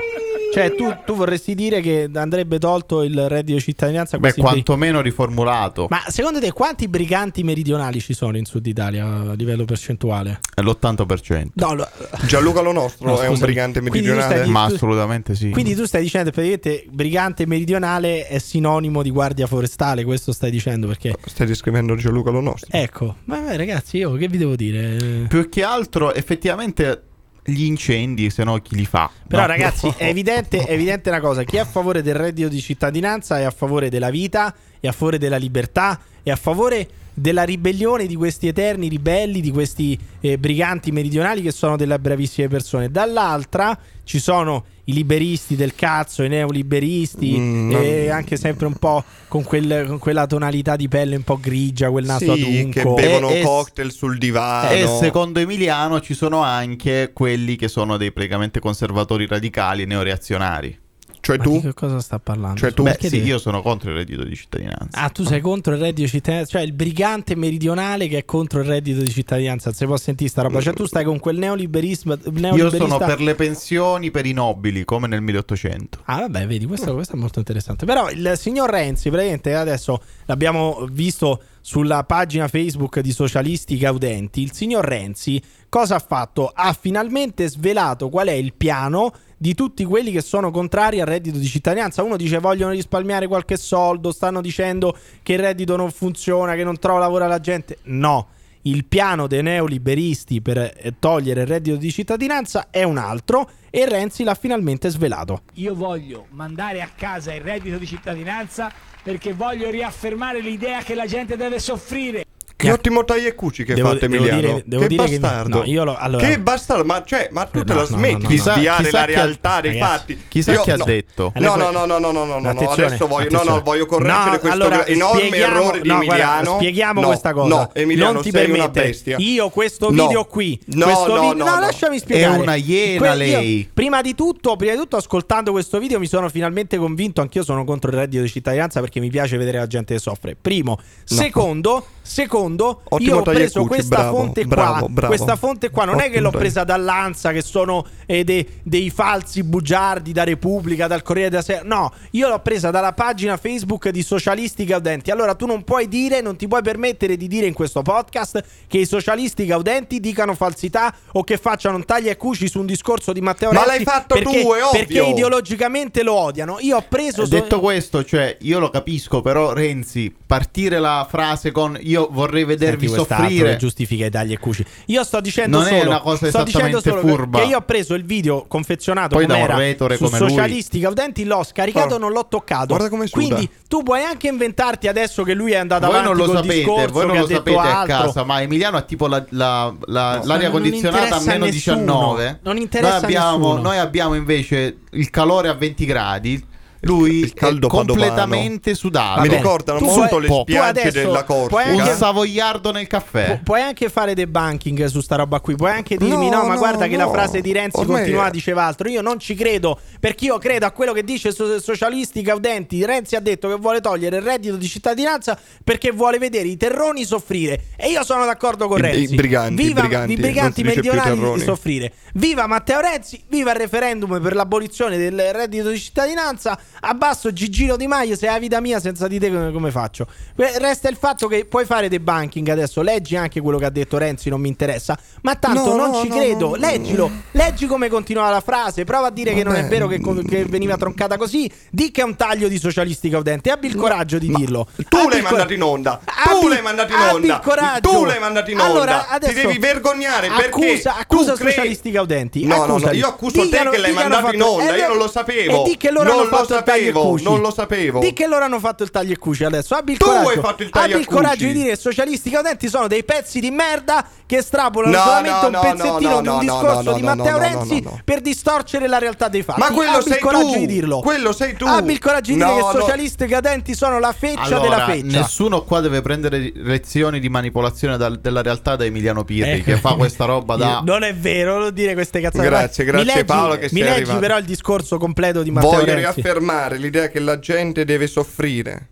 Cioè tu, tu vorresti dire che andrebbe tolto il reddito di cittadinanza? a Beh, questi bri- quantomeno riformulato. Ma secondo te quanti briganti meridionali ci sono in Sud Italia a livello percentuale? È L'80%. No, lo- Gianluca Lo Nostro No, è un scusami. brigante Quindi tu stai meridionale. di- Eh, Ma tu- assolutamente sì. Quindi tu stai dicendo praticamente brigante meridionale è sinonimo di guardia forestale, questo stai dicendo perché... Stai descrivendo Gianluca Lo Nostro. Ecco, ma beh, ragazzi io che vi devo dire? Più che altro, effettivamente, gli incendi, se no chi li fa? Però No. ragazzi è evidente, è evidente una cosa, chi è a favore del reddito di cittadinanza è a favore della vita, è a favore della libertà, è a favore della ribellione di questi eterni ribelli, di questi eh, briganti meridionali che sono delle bravissime persone. Dall'altra ci sono i liberisti del cazzo, i neoliberisti, Mm, e non- anche sempre un po' con, quel- con quella tonalità di pelle un po' grigia, quel naso Eh, Sì, che adunco. bevono E- e- cocktail sul divano. eh, E secondo Emiliano ci sono anche quelli che sono dei praticamente conservatori radicali e neoreazionari. Cioè Ma tu? di che cosa sta parlando? Cioè tu? Beh, Perché sì, deve- io sono contro il reddito di cittadinanza. Ah, tu sei contro il reddito di cittadinanza? Cioè, il brigante meridionale che è contro il reddito di cittadinanza. Se può sentire sta roba. Cioè, tu stai con quel neoliberismo. io neoliberista- sono per le pensioni per i nobili, come nel 1800. Ah, vabbè, vedi, questo, questo è molto interessante. Però il signor Renzi, praticamente adesso l'abbiamo visto sulla pagina Facebook di Socialisti Gaudenti. Il signor Renzi cosa ha fatto? Ha finalmente svelato qual è il piano di tutti quelli che sono contrari al reddito di cittadinanza. Uno dice vogliono risparmiare qualche soldo, stanno dicendo che il reddito non funziona, che non trova lavoro alla gente. No, il piano dei neoliberisti per eh, togliere il reddito di cittadinanza è un altro e Renzi l'ha finalmente svelato. Io voglio mandare a casa il reddito di cittadinanza perché voglio riaffermare l'idea che la gente deve soffrire. Che ottimo tagli e cuci che hai Devo- fatto devo Emiliano. dire- devo che dire che mi- bastardo. no, io lo- allora- Che bastardo, ma, cioè, ma tu Eh, te no, la no, smetti no, di no, no. sviare Chissà la chi ha- realtà dei ragazzi, fatti. chissà Io- chi ha no. detto. No, no, no, no, no, no, no, no, no. Attenzione, Adesso voglio, no, attenzione. no, voglio correggere No, questo allora, enorme spieghiamo- errore di no, guarda, Emiliano. spieghiamo No, questa cosa. No, Emiliano, non ti sei permette. una bestia. Io questo No. video qui, No, questo no, vi- no, no, no. lasciami spiegare. È una iena Que- io, lei. prima di tutto, prima di tutto ascoltando questo video mi sono finalmente convinto, anch'io sono contro il reddito di cittadinanza perché mi piace vedere la gente che soffre. Primo, secondo, secondo Ottimo io ho preso Tagliacucci, questa bravo, fonte bravo, qua, bravo. questa fonte qua non è che Ottimo l'ho Tagliacucci. presa presa dall'Ansa che sono eh, de- dei falsi bugiardi da Repubblica, dal Corriere della Sera. No, io l'ho presa dalla pagina Facebook di Socialisti Gaudenti. Allora tu non puoi dire, non ti puoi permettere di dire in questo podcast che i socialisti gaudenti dicano falsità o che facciano un taglia e cuci su un discorso di Matteo Ma Renzi l'hai fatto perché, tu, è ovvio. perché ideologicamente lo odiano. Io ho preso so- Detto questo, cioè, io lo capisco, però Renzi, partire la frase con io vorrei Senti vedervi quest'altro che soffrire. giustifica i tagli e cuci. Io sto dicendo Non è solo, una cosa sto dicendo esattamente solo che- furba. che io ho preso il video confezionato Poi da come un era retore su come lui. Ah. socialisti gaudenti, l'ho scaricato, Guarda- non l'ho toccato. guarda come suda. Quindi tu puoi anche inventarti adesso che lui è andato Voi avanti non lo col sapete, discorso voi non che lo ha detto sapete a altro. casa, ma Emiliano ha tipo la- la- la- l'aria ma non condizionata a interessa meno a nessuno. 19. Non interessa noi abbiamo, nessuno. noi abbiamo invece il calore a 20 gradi. Lui il caldo è padovano. completamente sudato. Mi Vabbè, ricordano Ah, tu molto puoi- le tu spiagge adesso della puoi Corsica. un anche- savoiardo nel Pu- caffè. puoi anche fare debunking su sta roba qui. Puoi anche dirmi: no, No, ma no, guarda che la no. frase di Renzi Ormai- continuava, diceva altro. Io non ci credo perché io credo a quello che dice so- socialisti gaudenti. Renzi ha detto che vuole togliere il reddito di cittadinanza perché vuole vedere i terroni soffrire. E io sono d'accordo con I- i Renzi. briganti, i viva briganti, i briganti non si dice più meridionali terroni. soffrire. Viva Matteo Renzi, viva il referendum per l'abolizione del reddito di cittadinanza. Abbasso Gigino Di Maio, se è la vita mia senza di te come, come faccio? Que- Resta il fatto che puoi fare dei banking adesso, leggi anche quello che ha detto Renzi, non mi interessa, ma tanto No, non no, ci no, credo, no, no. leggilo, leggi come continuava la frase, prova a dire che non è Vabbè. vero che, co- che veniva troncata così, di che è un taglio di socialisti caudenti, abbi il coraggio di dirlo. Tu Abbi l'hai il cor- mandato in onda. Abbi- Tu l'hai mandato in abbi onda. il coraggio. Tu l'hai mandato in onda. Allora, adesso- Ti devi vergognare perché Accusa, tu accusa credi- socialisti gaudenti. No, no, no, accusali. io accuso Di te hanno- che l'hai di hanno mandato in fatto- onda, eh, io non lo sapevo. E di che loro Non hanno lo fatto il taglio e sapevo, cuci. non lo sapevo. Di che loro hanno fatto il taglio e cuci adesso? Abbi il Tu coraggio. hai fatto il taglio Abbi e il coraggio di cuci. dire socialisti gaudenti sono dei pezzi di merda che estrapolano No, solamente no, un no, pezzettino no, di un no, no, discorso no, di no, Matteo no, no, Renzi no, no. per distorcere la realtà dei fatti. Ma quello Abbi il sei coraggio tu. di dirlo. Quello sei tu. Abbi il coraggio di No, dire che no. socialisti gaudenti sono la feccia della Allora, feccia. nessuno qua deve prendere lezioni di manipolazione dal- della realtà da Emiliano Pirri Eh. che fa questa roba da Non è vero, non dire queste cazzate. Grazie, Vai, mi grazie leggi- Paolo Mi che sei leggi arrivato. però il discorso completo di Matteo Voglio Renzi. riaffermare l'idea che la gente deve soffrire,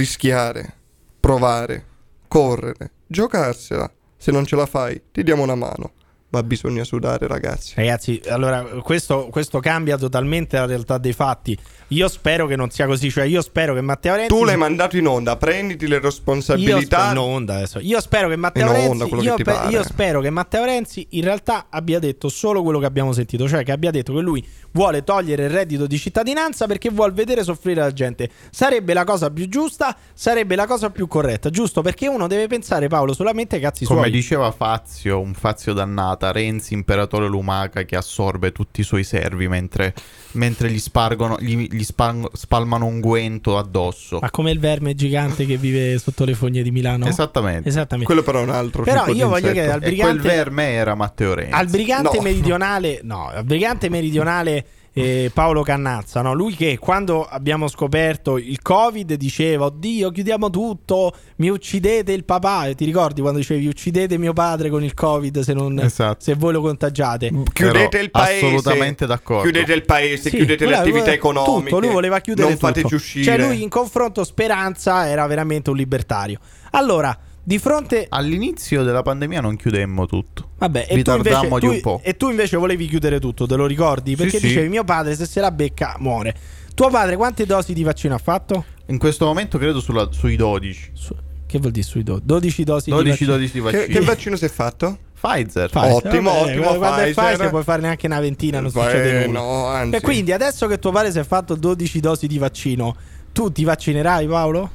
rischiare, provare, correre, giocarsela. Se non ce la fai, ti diamo una mano. Ma bisogna sudare, ragazzi. Ragazzi, allora questo, questo cambia totalmente la realtà dei fatti. Io spero che non sia così, cioè io spero che Matteo Renzi Tu l'hai mandato in onda, prenditi le io, spe- responsabilità. no, onda adesso. io spero che Matteo eh, In Renzi onda, quello che io, ti pe- pare. io spero che Matteo Renzi in realtà abbia detto solo quello che abbiamo sentito, cioè che abbia detto che lui vuole togliere il reddito di cittadinanza perché vuol vedere soffrire la gente. Sarebbe la cosa più giusta, sarebbe la cosa più corretta, giusto? Perché uno deve pensare Paolo solamente ai cazzi Come suoi. diceva Fazio, un Fazio dannata, Renzi, imperatore lumaca che assorbe tutti i suoi servi mentre, mentre gli, spargono, gli, gli spalm- spalmano unguento addosso. Ma come il verme gigante che vive sotto le fogne di Milano? Esattamente. Esattamente. Quello però è un altro Però tipo di io voglio insetto. chiedere al E quel brigante, verme era Matteo Renzi. al brigante No. meridionale, no, al brigante meridionale eh, Paolo Cannazza, no? lui che quando abbiamo scoperto il Covid diceva "Oddio, chiudiamo tutto, mi uccidete il papà". E ti ricordi quando dicevi "Uccidete mio padre con il Covid se non Esatto. se voi lo contagiate". Chiudete Però il paese. assolutamente d'accordo. Chiudete il paese, Sì, chiudete le voleva- attività voleva- economiche. Tutto, lui voleva chiudere Non fateci tutto. uscire. Cioè lui in confronto Speranza era veramente un libertario. Allora, di fronte All'inizio della pandemia non chiudemmo tutto. Vabbè, e tu, invece, Ritardammo di tu- un po'. e tu invece volevi chiudere tutto, te lo ricordi? Perché sì. dicevi mio padre se se la becca muore. Tuo padre quante dosi di vaccino ha fatto? In questo momento credo sulla- sui 12. Su- Che vuol dire sui do- 12 dosi 12 di vaccino? dosi di Che, vaccino. che vaccino si è fatto? Pfizer. Pfizer. Ottimo, ottimo, Quando quando è Pfizer. Pfizer puoi fare neanche una ventina, non Beh, succede nulla. no, anzi. E quindi adesso che tuo padre si è fatto 12 dosi di vaccino, tu ti vaccinerai Paolo?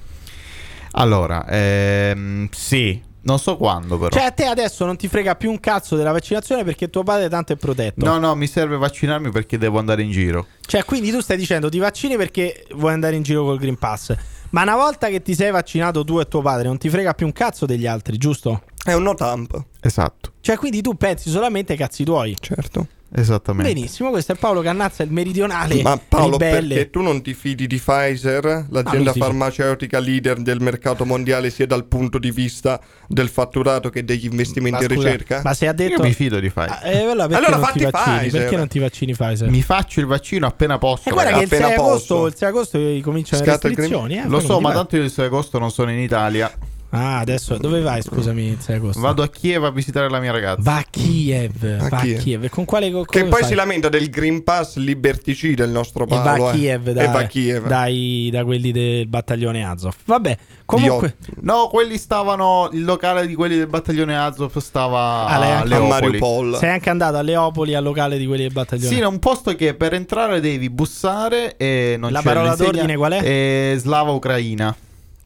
Allora, ehm, sì, non so quando però. Cioè a te adesso non ti frega più un cazzo della vaccinazione perché tuo padre tanto è protetto. No, no, mi serve vaccinarmi perché devo andare in giro. Cioè quindi tu stai dicendo ti vaccini perché vuoi andare in giro col Green Pass. Ma una volta che ti sei vaccinato tu e tuo padre non ti frega più un cazzo degli altri, giusto? È un no tamp, Esatto, Cioè quindi tu pensi solamente ai cazzi tuoi. certo. esattamente. Benissimo, questo è Paolo Cannazza, il meridionale. Ma Paolo, ribelle. perché tu non ti fidi di Pfizer, lui l'azienda si- farmaceutica leader del mercato mondiale, sia dal punto di vista del fatturato che degli investimenti Ma in scusa, ricerca? Ma se ha detto. Io mi fido di Pfizer. Ah, eh, allora perché Allora non ti fatti vaccini? Pfizer. Perché non ti vaccini Pfizer? Mi faccio il vaccino appena posso. E guarda che il 6, appena agosto, posso. il 6 agosto eh, cominciano le Scatta il restrizioni. eh, Lo poi so, non ma ti va. tanto io il 6 agosto non sono in Italia. Ah, adesso dove vai? Scusami, il 6 agosto. Vado a Kiev a visitare la mia ragazza. Va a Kiev. A va Kiev. a Kiev. E Con quale co- Che come poi fai? si lamenta del Green Pass liberticida il nostro E Paolo. va a eh. Kiev, dai, E va a Kiev. dai- da quelli del battaglione Azov. Vabbè, comunque. No, quelli stavano. Il locale di quelli del battaglione Azov stava Ah, lei a anche- a Leopoli. Mariupol. Sei anche andato a Leopoli al locale di quelli del battaglione. Sì, è un posto che per entrare devi bussare e non La c'è parola l'insegna. d'ordine qual Eh, slava ucraina.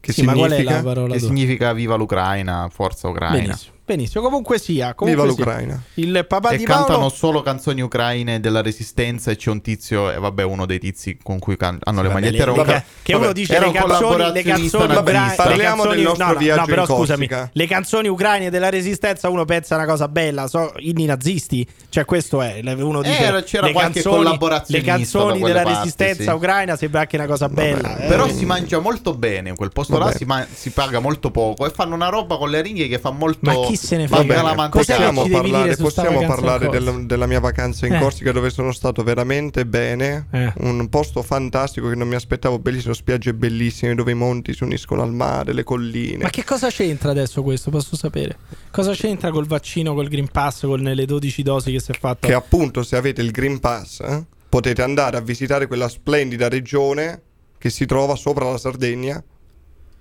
Che Sì, ma qual è la significa? parola? Che d'ordine? significa viva l''Ucraina, forza Ucraina. Benissimo. Benissimo, comunque sia. Viva Comunque sia. l'Ucraina. Il papà E di cantano Paolo solo canzoni ucraine della resistenza e c'è un tizio, e vabbè uno dei tizi con cui can- hanno le Vabbè, magliette. Era un le- ca- che- che vabbè, uno dice era le un canzoni, le collaborazionista canzoni nazista. ucraine, Parliamo le canzoni- del nostro no, no, viaggio no, però in scusami, Corsica. le canzoni ucraine della resistenza uno pensa una cosa bella, so, inni nazisti, cioè questo è, le- uno dice Era- Eh, c'era le qualche canzoni, le collaborazionista da canzoni quelle della parti, resistenza sì. ucraina sembra anche una cosa bella, eh. Però si mangia molto bene in quel posto là, Vabbè. si, ma- si paga molto poco e fanno una roba con le ringhe che fa molto... ma chi se ne fa frega? Vabbè, Manca la Cos'è che mantecata. possiamo ci devi dire parlare, su sta possiamo vacanza parlare in del- Corsica? della mia vacanza in Eh. Corsica dove sono stato veramente bene. Eh. Un posto fantastico che non mi aspettavo, bellissimo, spiagge bellissime dove i monti si uniscono al mare, le colline. Ma che cosa c'entra adesso questo? Posso sapere? Cosa c'entra col vaccino, col Green Pass, con le 12 dosi che si è fatto? Che appunto se avete il Green Pass eh, potete andare a visitare quella splendida regione che si trova sopra la Sardegna.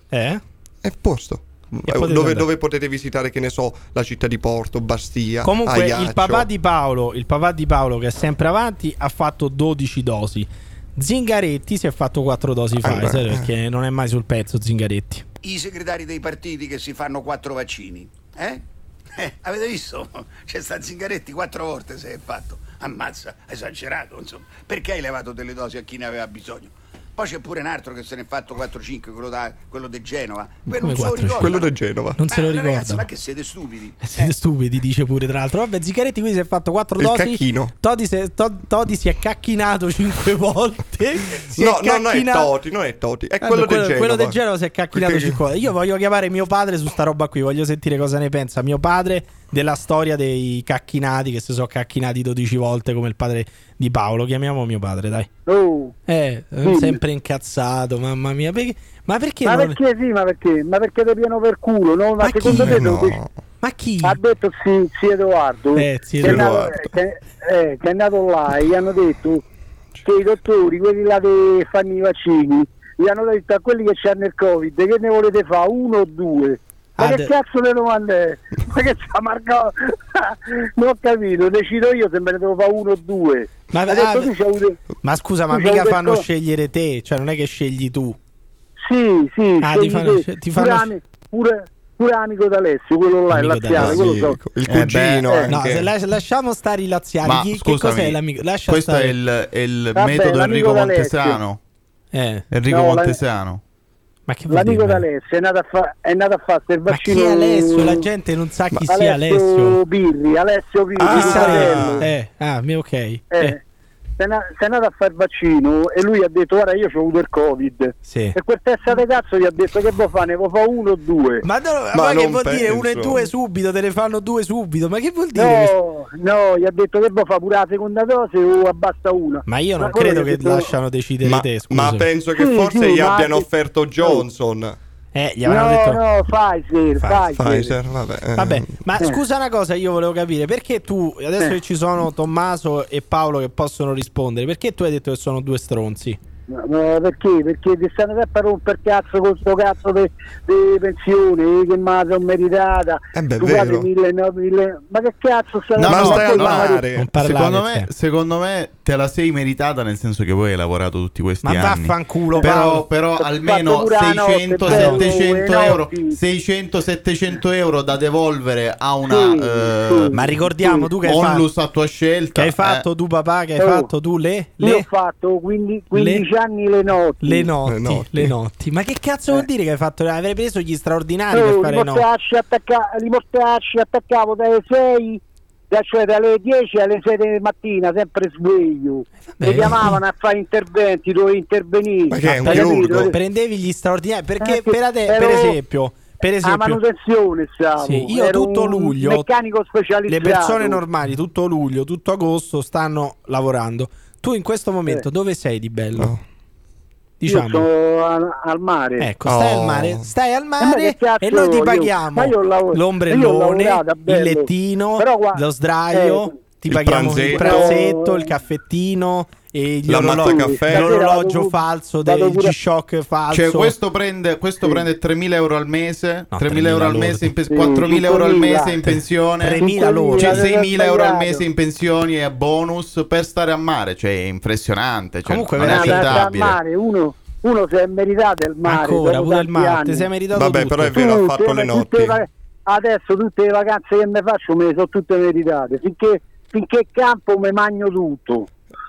Eh? È posto. Eh, potete dove, andare. dove potete visitare, che ne so, la città di Porto, Bastia. Comunque il Ajaccio. papà, di Paolo, il papà di Paolo, che è sempre avanti, ha fatto 12 dosi. Zingaretti si è fatto 4 dosi Allora, Pfizer eh. perché non è mai sul pezzo Zingaretti. i segretari dei partiti che si fanno quattro vaccini. Eh? Eh, avete visto? C'è sta Zingaretti quattro volte se è fatto. Ammazza, esagerato, insomma. Perché hai levato delle dosi a chi ne aveva bisogno? Poi c'è pure un altro che se ne è fatto 4-5, quello, da- quello di Genova. Quello Come non se lo 4-5? ricorda. Quello di Genova. Non se lo Eh, ricorda. Ragazzi, ma che siete stupidi? Siete stupidi, dice pure tra l'altro. Vabbè, Zingaretti qui si è fatto 4 Il dosi. cacchino. Todi, se- to- Todi si è cacchinato 5 volte. Si No, è no, no, è cacchina- Toti, non è Toti, è Ah, quello, quello, di Genova. quello del Genova si è cacchinato Perché- 5 volte. Io voglio chiamare mio padre su sta roba qui. Voglio sentire cosa ne pensa mio padre della storia dei cacchinati che si sono cacchinati 12 volte come il padre di Paolo. Chiamiamo mio padre, dai. Oh, Eh, eh, sempre incazzato, mamma mia. Perché- ma perché? ma non- perché sì, ma perché? Ma perché ti pieno per culo, no? Ma, Ma secondo chi? te No. lo dici- Ma chi? ha detto sì, sì Edoardo, Eh, zio che, è nato, Edoardo. che- eh, che è nato là e gli hanno detto che i dottori, quelli là che fanno i vaccini, gli hanno detto a quelli che c'hanno il covid, che ne volete fare, uno o due? Ma Ah, che de- cazzo le domande è? Ma che c'ha Marco? non ho capito, decido io se me ne devo fare uno o due. Ma- Ha ah, detto, tu c'hai avuto- Ma scusa, ma tu c'hai mica avuto- fanno scegliere te, cioè non è che scegli tu. Sì, sì, Ah, scegli ti fanno- te. sce- ti Pure fanno- ami- pure, pure amico d'Alessio, quello là, il Amico laziale, d'Alessio. quello so. Il Eh, cugino beh, anche. No, se las- lasciamo stare i laziali. Ma Chi- che scusami, cos'è l'amico? Lascia questo stare. è il, è il Vabbè, metodo Enrico l'amico d'Alessio. Montesano. Eh, Enrico No, la- Montesano. ma che vuol L'amico dire? d'Alessio è nato a, fa- è nato a fare il Ma chi vaccino. è Alessio? La gente non sa chi sia Alessio. Alessio Birri, Alessio Birri, Ah, il Chi sa fratello. eh. Eh, ah, mi- ok. Eh, Eh, Se è na- se è nato a fare il vaccino e lui ha detto guarda io ho avuto il covid sì. e quel testa di cazzo gli ha detto che vuoi fare, ne vuoi fare uno o due? Ma, no, ma Ma poi che non vuol dire uno e penso. due subito? Te ne fanno due subito? Ma che vuol dire? questo? No, no, gli ha detto che vuoi fare pure la seconda dose o abbasta una. Ma io non quello credo gli ha che detto- lasciano decidere Ma, te. Scusa. ma penso che Sì, forse sì, gli ma- abbiano offerto Johnson. eh, gli No, avevano detto. no, Pfizer, Pfizer. Pfizer. Pfizer, vabbè. eh. Vabbè, ma Eh. scusa una cosa, io volevo capire perché tu, adesso Eh. che ci sono Tommaso e Paolo che possono rispondere, perché tu hai detto che sono due stronzi? No, perché? Perché ti stanno sempre a rompere cazzo con sto cazzo di pensione eh, che mi sono meritata. Eh beh, è Tu vero. fate mille, no, mille- Ma che cazzo stanno No, No, Ma no, stai a no, parlare. Non parlare, secondo, me, te. secondo me te la sei meritata nel senso che poi hai lavorato tutti questi Ma anni. vaffanculo, Però, Paolo. però Fatto almeno pure la notte, eh, 600, bello, 700 le euro, notti. 600, 700 euro da devolvere a una Sì, eh, sì. Ma ricordiamo tu che hai, onlus fatto, a tua scelta. eh, che hai eh. fatto tu papà, che hai Oh. fatto tu le, Io ho le, fatto 15, 15 anni le notti. le notti, Le le notti. notti. Ma che cazzo vuol dire che hai fatto? Avrei preso gli straordinari Eh. per Oh, i fare no. mortacci attacca- i mortacci attaccavo dalle 6 da- cioè dalle 10 alle 6 del mattina sempre sveglio vabbè. mi chiamavano a fare interventi dovevo intervenire Ma che è, un Hai capito? chirurgo? Prendevi gli straordinari perché Eh, sì, per, ade- per ero- Ah, esempio, per a esempio manutenzione stavo Sì, io Ero tutto un luglio meccanico le specializzato persone normali tutto luglio, tutto agosto stanno lavorando. Tu in questo momento Eh. dove sei di bello? No. Io Diciamo. sono al, al mare Ecco, stai Oh. al mare, stai al Eh, ma che mare cazzo e noi ti io- paghiamo ma io ho lavor- io ho l'ombrellone, lavorato a il bello. lettino, Però guarda- lo sdraio, eh, ti Il paghiamo il pranzetto. prazzetto, il caffettino e gli La orologi- matta caffè. Vado l'orologio pure- falso, vado del pure- G-Shock falso. Cioè, questo prende, questo prende 3.000 euro al mese, No, 3.000 euro al mese, in pe- Sì, 4.000 euro al 5.000, mese in pensione, 3.000 loro. cioè, 5.000 6.000 euro al sbagliato. mese in pensioni e a bonus per stare a mare, cioè è impressionante, cioè, Comunque, non è Ah, veramente- da- da al accettabile. mare uno, uno si è meritato il mare ancora dopo pure il tanti mare, anni. ti sei meritato Vabbè, tutto. però è vero, ha Tutte, fatto le ma tutte notti. va- adesso tutte le vacanze che mi faccio me le sono tutte meritate. Finché, finché campo mi magno tutto.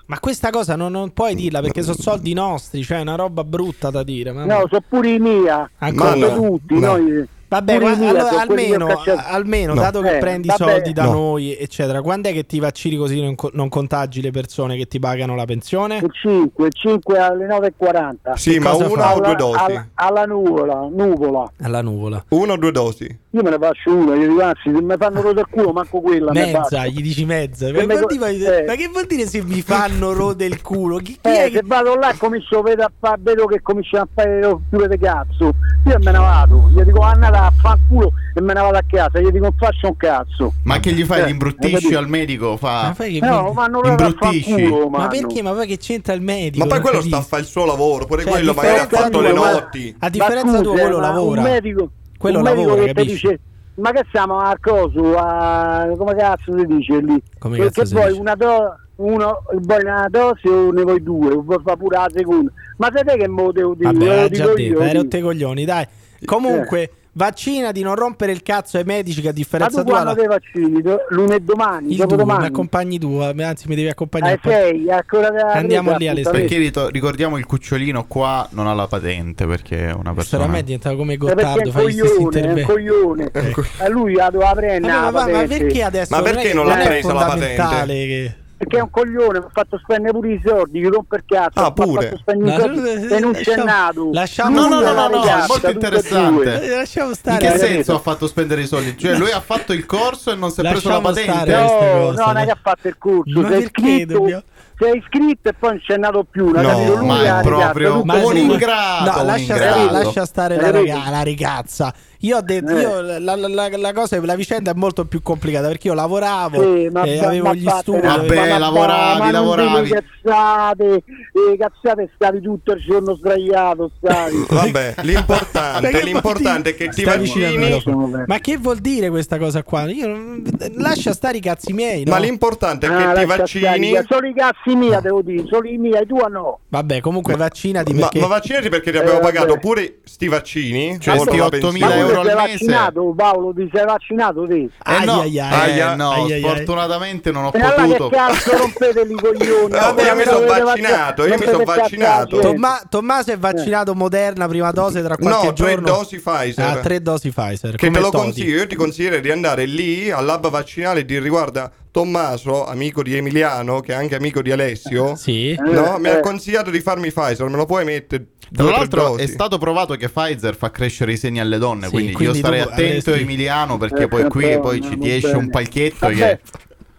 Ma questa cosa non, non Mm. puoi dirla perché sono soldi nostri, cioè è una roba brutta da dire. mamma. No, sono pure i mia. Ancora. Ma Sono no, tutti. no. noi- Vabbè, pure i guarda, mia allora, sono quelli che ho almeno, cacciato. almeno No. dato che Eh, prendi vabbè. soldi da No. noi, eccetera, quando è che ti vaccini così non, co- non contagi le persone che ti pagano la pensione? Il 5, il 5 alle 9.40. Sì, ma cosa una fa? o alla, due dosi. alla- alla nuvola, nuvola. Alla nuvola. Una o due dosi. Io me ne faccio una, io dico, anzi, se mi fanno rotto il culo, manco quella. me Mezza, faccio. gli dici mezza. Ma, Come vuol co- dire- eh. ma che vuol dire se mi fanno rode il culo? Chi, chi è Eh, che... se vado là e comincio a vedere, a fa- vedo che cominciano a fare lo fiume di cazzo. Io me ne vado, gli dico andate a fanculo e me ne vado a casa, gli dico non faccio un cazzo. Ma che gli fai? Eh, Li hai imbruttisci capito? al medico? Fa... Ma, fai che- No, ma non loro a Imbruttisci. fanculo, ma ma perché? Ma poi che c'entra il medico? Ma poi Non quello sta capisco. a fare il suo lavoro, pure Cioè, quello a magari ha differenza fatto di le quello, ma- notti. A differenza tua, quello lavora. eh, Un medico, Quello un medico lavora, che ti capisci? dice ma che siamo a coso, a- come cazzo si dice lì? Come Perché cazzo si vuoi dice? una do- uno, vuoi una dose o ne vuoi due, o vuoi fa pure la seconda. Ma sai te che me lo devo dire? Vabbè, Ve lo l'ha dico già io, detto, eh, hai dico. rotto i coglioni, dai. Eh. Comunque, vaccina di non rompere il cazzo ai medici che a Ma differenza tu tua... quando la- te vaccini? Do- Lunedì domani, Il due, mi dopodomani? accompagni tu, eh, anzi mi devi accompagnare. Alle sei, eh. ancora da- Andiamo lì alle appuntamento. Perché rito- ricordiamo il cucciolino qua non ha la patente perché è una persona... Sicuramente diventava come Eh, Perché è Gottardo, un fai gli stessi coglione, è un interventi. coglione. A lui la doveva prendere Vabbè, ma, la va- ma patente. perché adesso? Ma Non è perché che- non l'ha è presa la fondamentale patente? Che... Perché è un coglione, mi ha fatto spendere pure i soldi, gli rompe il cazzo, Ah, mi ha pure. fatto spendere i soldi e non c'è Lasciamo- nato. lasciamo- Lui No, no, era no, no, la no, ragazza, è molto tutte e interessante. due. Eh, Eh, lasciamo In stare. che Eh, senso capito. ha fatto spendere i soldi? Cioè lui ha fatto il corso e non si è preso la Lasciamo patente? stare. questa No, cosa, no, non è no? che ha fatto il corso, Ma sei perché iscritto, dobbiamo- sei iscritto e poi non c'è nato più, l'ha No, capito lui ma è la ragazza, proprio- tutte Ma e un due. insomma- ingrato, No, un lascia, ingrato. Stare, lascia stare la, Eh, raga- vedi? la ragazza. Io ho detto, Eh. io, la, la- la- la cosa, la vicenda è molto più complicata perché io lavoravo Sì, e ma- ma- Eh, avevo ma gli vattene, studi. ma- Vabbè, ma- ma- lavoravi, ma non lavoravi. dici Cazzate, eh, cazzate, stavi tutto il giorno sdraiato, stavi. Vabbè, Ma l'importante, che l'importante vuol è che dire? ti Stai vicino al vaccini. microfono. Ma che vuol dire questa cosa qua? Io non- Lascia stare i cazzi miei. no? Ma l'importante è che Ah, ti lascia stare, vaccini. dica, Solo i cazzi mia, devo dire, solo i miei, tua no. Vabbè, comunque vaccinati Ma, perché ma vaccinati perché ti abbiamo Eh, pagato vabbè. pure sti vaccini. Cioè, oltre sti alla 8.000 pensione. Ma tu euro ti sei al mese. vaccinato, Paolo, ti sei vaccinato te? Eh no, Ai, ai, eh ai, no, ai, ai, ai. sfortunatamente non ho E allora potuto. che cazzo rompete i coglioni? Vabbè, io mi sono Dovete vaccinato, io mi sono dovete cazzo vaccinato. alla gente. Tomma- Tommaso è vaccinato Moderna prima dose tra qualche Eh. No, tre giorno. dosi Pfizer. Ah, tre dosi Pfizer. Che come te lo Toti. consiglio, io ti consiglierei di andare lì all'alba vaccinale e dire guarda Tommaso, amico di Emiliano, che è anche amico di Alessio, Ah, Sì. no? mi ha Eh. consigliato di farmi Pfizer, me lo puoi mettere? due o Tra tre l'altro dosi? è stato provato che Pfizer fa crescere i segni alle donne, Sì, quindi, quindi io starei tu attento avresti- Emiliano perché Eh, poi qui madonna, poi ci va ti esce bene. un palchetto Vabbè, che...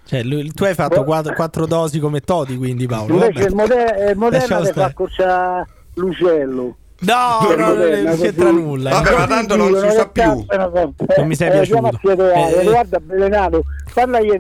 Cioè, lui- tu hai fatto quattro, quattro dosi come Todi, quindi Paolo. Invece vabbè. il moder- eh, Moderna Lasciamo ti fa stare. accorcia l'uccello. No, no, non non c'entra nulla. eh. Vabbè, ma tanto non si sa più. Non mi sei piaciuto. Eh, eh. Guarda, Belenato, parlagli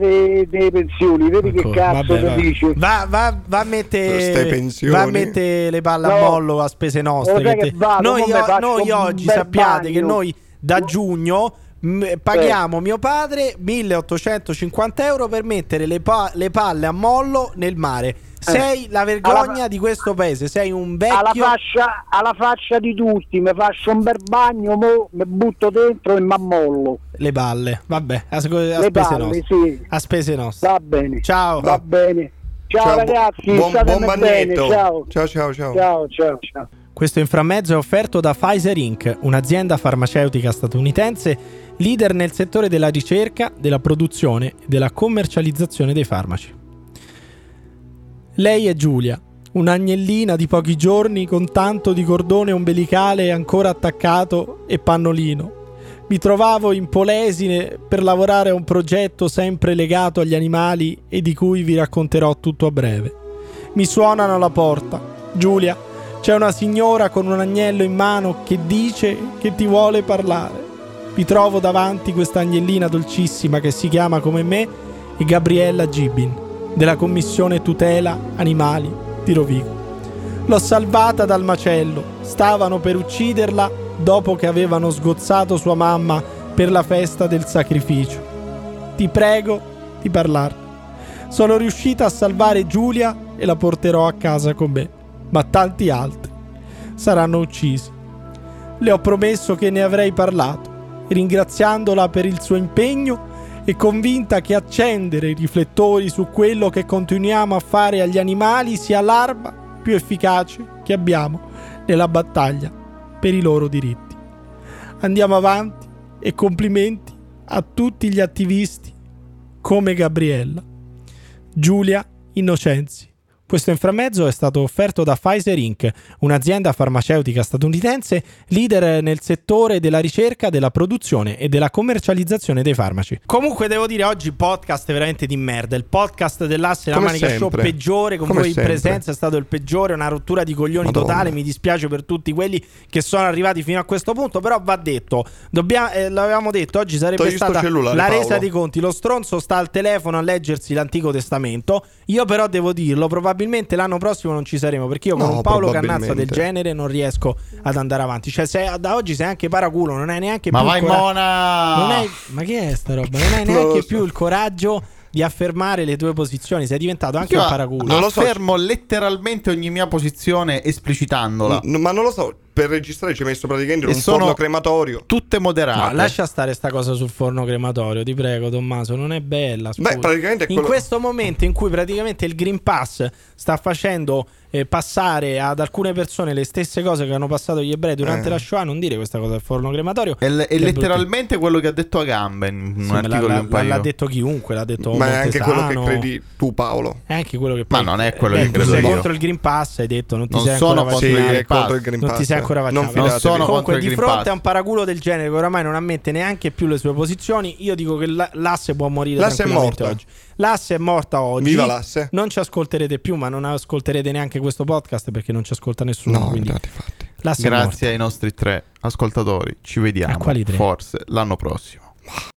delle pensioni, vedi che Ancora, cazzo vabbè, ti vabbè. dice. Va, va, va a Ste mettere pensioni. va a mette le palle a No. mollo a spese nostre. Lo sai che che te- vado, Noi, mo me o- faccio noi un oggi bel sappiate che bagno. noi da giugno mh, paghiamo mio padre 1850 euro per mettere le, pa- le palle a mollo nel mare. Sei la vergogna Eh. Alla fa- di questo paese, sei un Alla vecchio. faccia, alla faccia di tutti, mi faccio un bel bagno, mo mi butto dentro e mi ammollo. Le palle, vabbè, a, a spese Le palle, nostre. sì. A spese nostre. Va bene. Ciao. Va bene. Ciao, Ciao, bu- ragazzi, buon, state buon bene. bagnetto. Ciao. ciao, ciao. ciao. Ciao, ciao, ciao. Questo inframmezzo è offerto da Pfizer Inc., un'azienda farmaceutica statunitense leader nel settore della ricerca, della produzione e della commercializzazione dei farmaci. Lei è Giulia, un'agnellina di pochi giorni con tanto di cordone ombelicale ancora attaccato e pannolino. Mi trovavo in Polesine per lavorare a un progetto sempre legato agli animali e di cui vi racconterò tutto a breve. Mi suonano alla porta. Giulia, c'è una signora con un agnello in mano che dice che ti vuole parlare. Vi trovo davanti questa agnellina dolcissima che si chiama come me e Gabriella Gibin, della Commissione Tutela Animali di Rovigo. L'ho salvata dal macello, stavano per ucciderla dopo che avevano sgozzato sua mamma per la festa del sacrificio. Ti prego di parlarne. Sono riuscita a salvare Giulia e la porterò a casa con me, ma tanti altri saranno uccisi. Le ho promesso che ne avrei parlato, ringraziandola per il suo impegno e convinta che accendere i riflettori su quello che continuiamo a fare agli animali sia l'arma più efficace che abbiamo nella battaglia per i loro diritti. Andiamo avanti e complimenti a tutti gli attivisti come Gabriella. Giulia Innocenzi. Questo inframmezzo è stato offerto da Pfizer Inc., un'azienda farmaceutica statunitense leader nel settore della ricerca, della produzione e della commercializzazione dei farmaci. Comunque devo dire oggi podcast veramente di merda, il podcast dell'asse la Come manica show sempre. peggiore, con Come voi sempre. in presenza è stato il peggiore, una rottura di coglioni Madonna. totale, mi dispiace per tutti quelli che sono arrivati fino a questo punto, però va detto, dobbiamo, eh, l'avevamo detto, oggi sarebbe Togli sto stata cellulare, la Paolo. resa di conti, lo stronzo sta al telefono a leggersi l'Antico Testamento. Io però devo dirlo, probabilmente l'anno prossimo non ci saremo perché io con No, un Paolo probabilmente. Cannazzo del genere non riesco ad andare avanti. Cioè, se- da oggi sei anche paraculo, non hai neanche Ma più il vai, cora- Mona! non hai- ma che è sta roba? Non hai Non lo neanche so. più il coraggio di affermare le tue posizioni, sei diventato anche Io un paraculo. non lo so. Affermo letteralmente ogni mia posizione esplicitandola. N- ma non lo so, per registrare ci hai messo praticamente E Mm, un forno crematorio. Tutte No, moderate. lascia stare sta cosa sul forno crematorio, ti prego, Tommaso. Non è bella. scusa. Beh, praticamente è in quello- questo momento in cui praticamente il Green Pass sta facendo eh, passare ad alcune persone le stesse cose che hanno passato gli ebrei durante Eh. la Shoah, non dire questa cosa del forno crematorio. È, è Che letteralmente quello che ha detto Agamba in un brutti- Sì, articolo l'ha, di un paio. l'ha detto chiunque, l'ha detto ma è anche quello che Montesano, credi tu, Paolo. È anche quello che Ma non è quello Eh, che tu credo sei io. contro il Green Pass, hai detto, non ti Non sei sono ancora contro Sì, il vaccinato. Green è contro il Pass. Green Pass. Non ti sei ancora Non vaccinato. fidatevi. sono Comunque, contro il di Green fronte Pass. a un paraculo del genere che oramai non ammette neanche più le sue posizioni, io dico che la- l'asse può morire L'asse è tranquillamente morta. oggi. L'asse è morta oggi. Viva l'asse. Non ci ascolterete più, ma non ascolterete neanche questo podcast perché non ci ascolta nessuno. No, quindi infatti, infatti. l'asse è morta. Grazie ai nostri tre ascoltatori. Ci vediamo. A quali tre? Forse l'anno prossimo.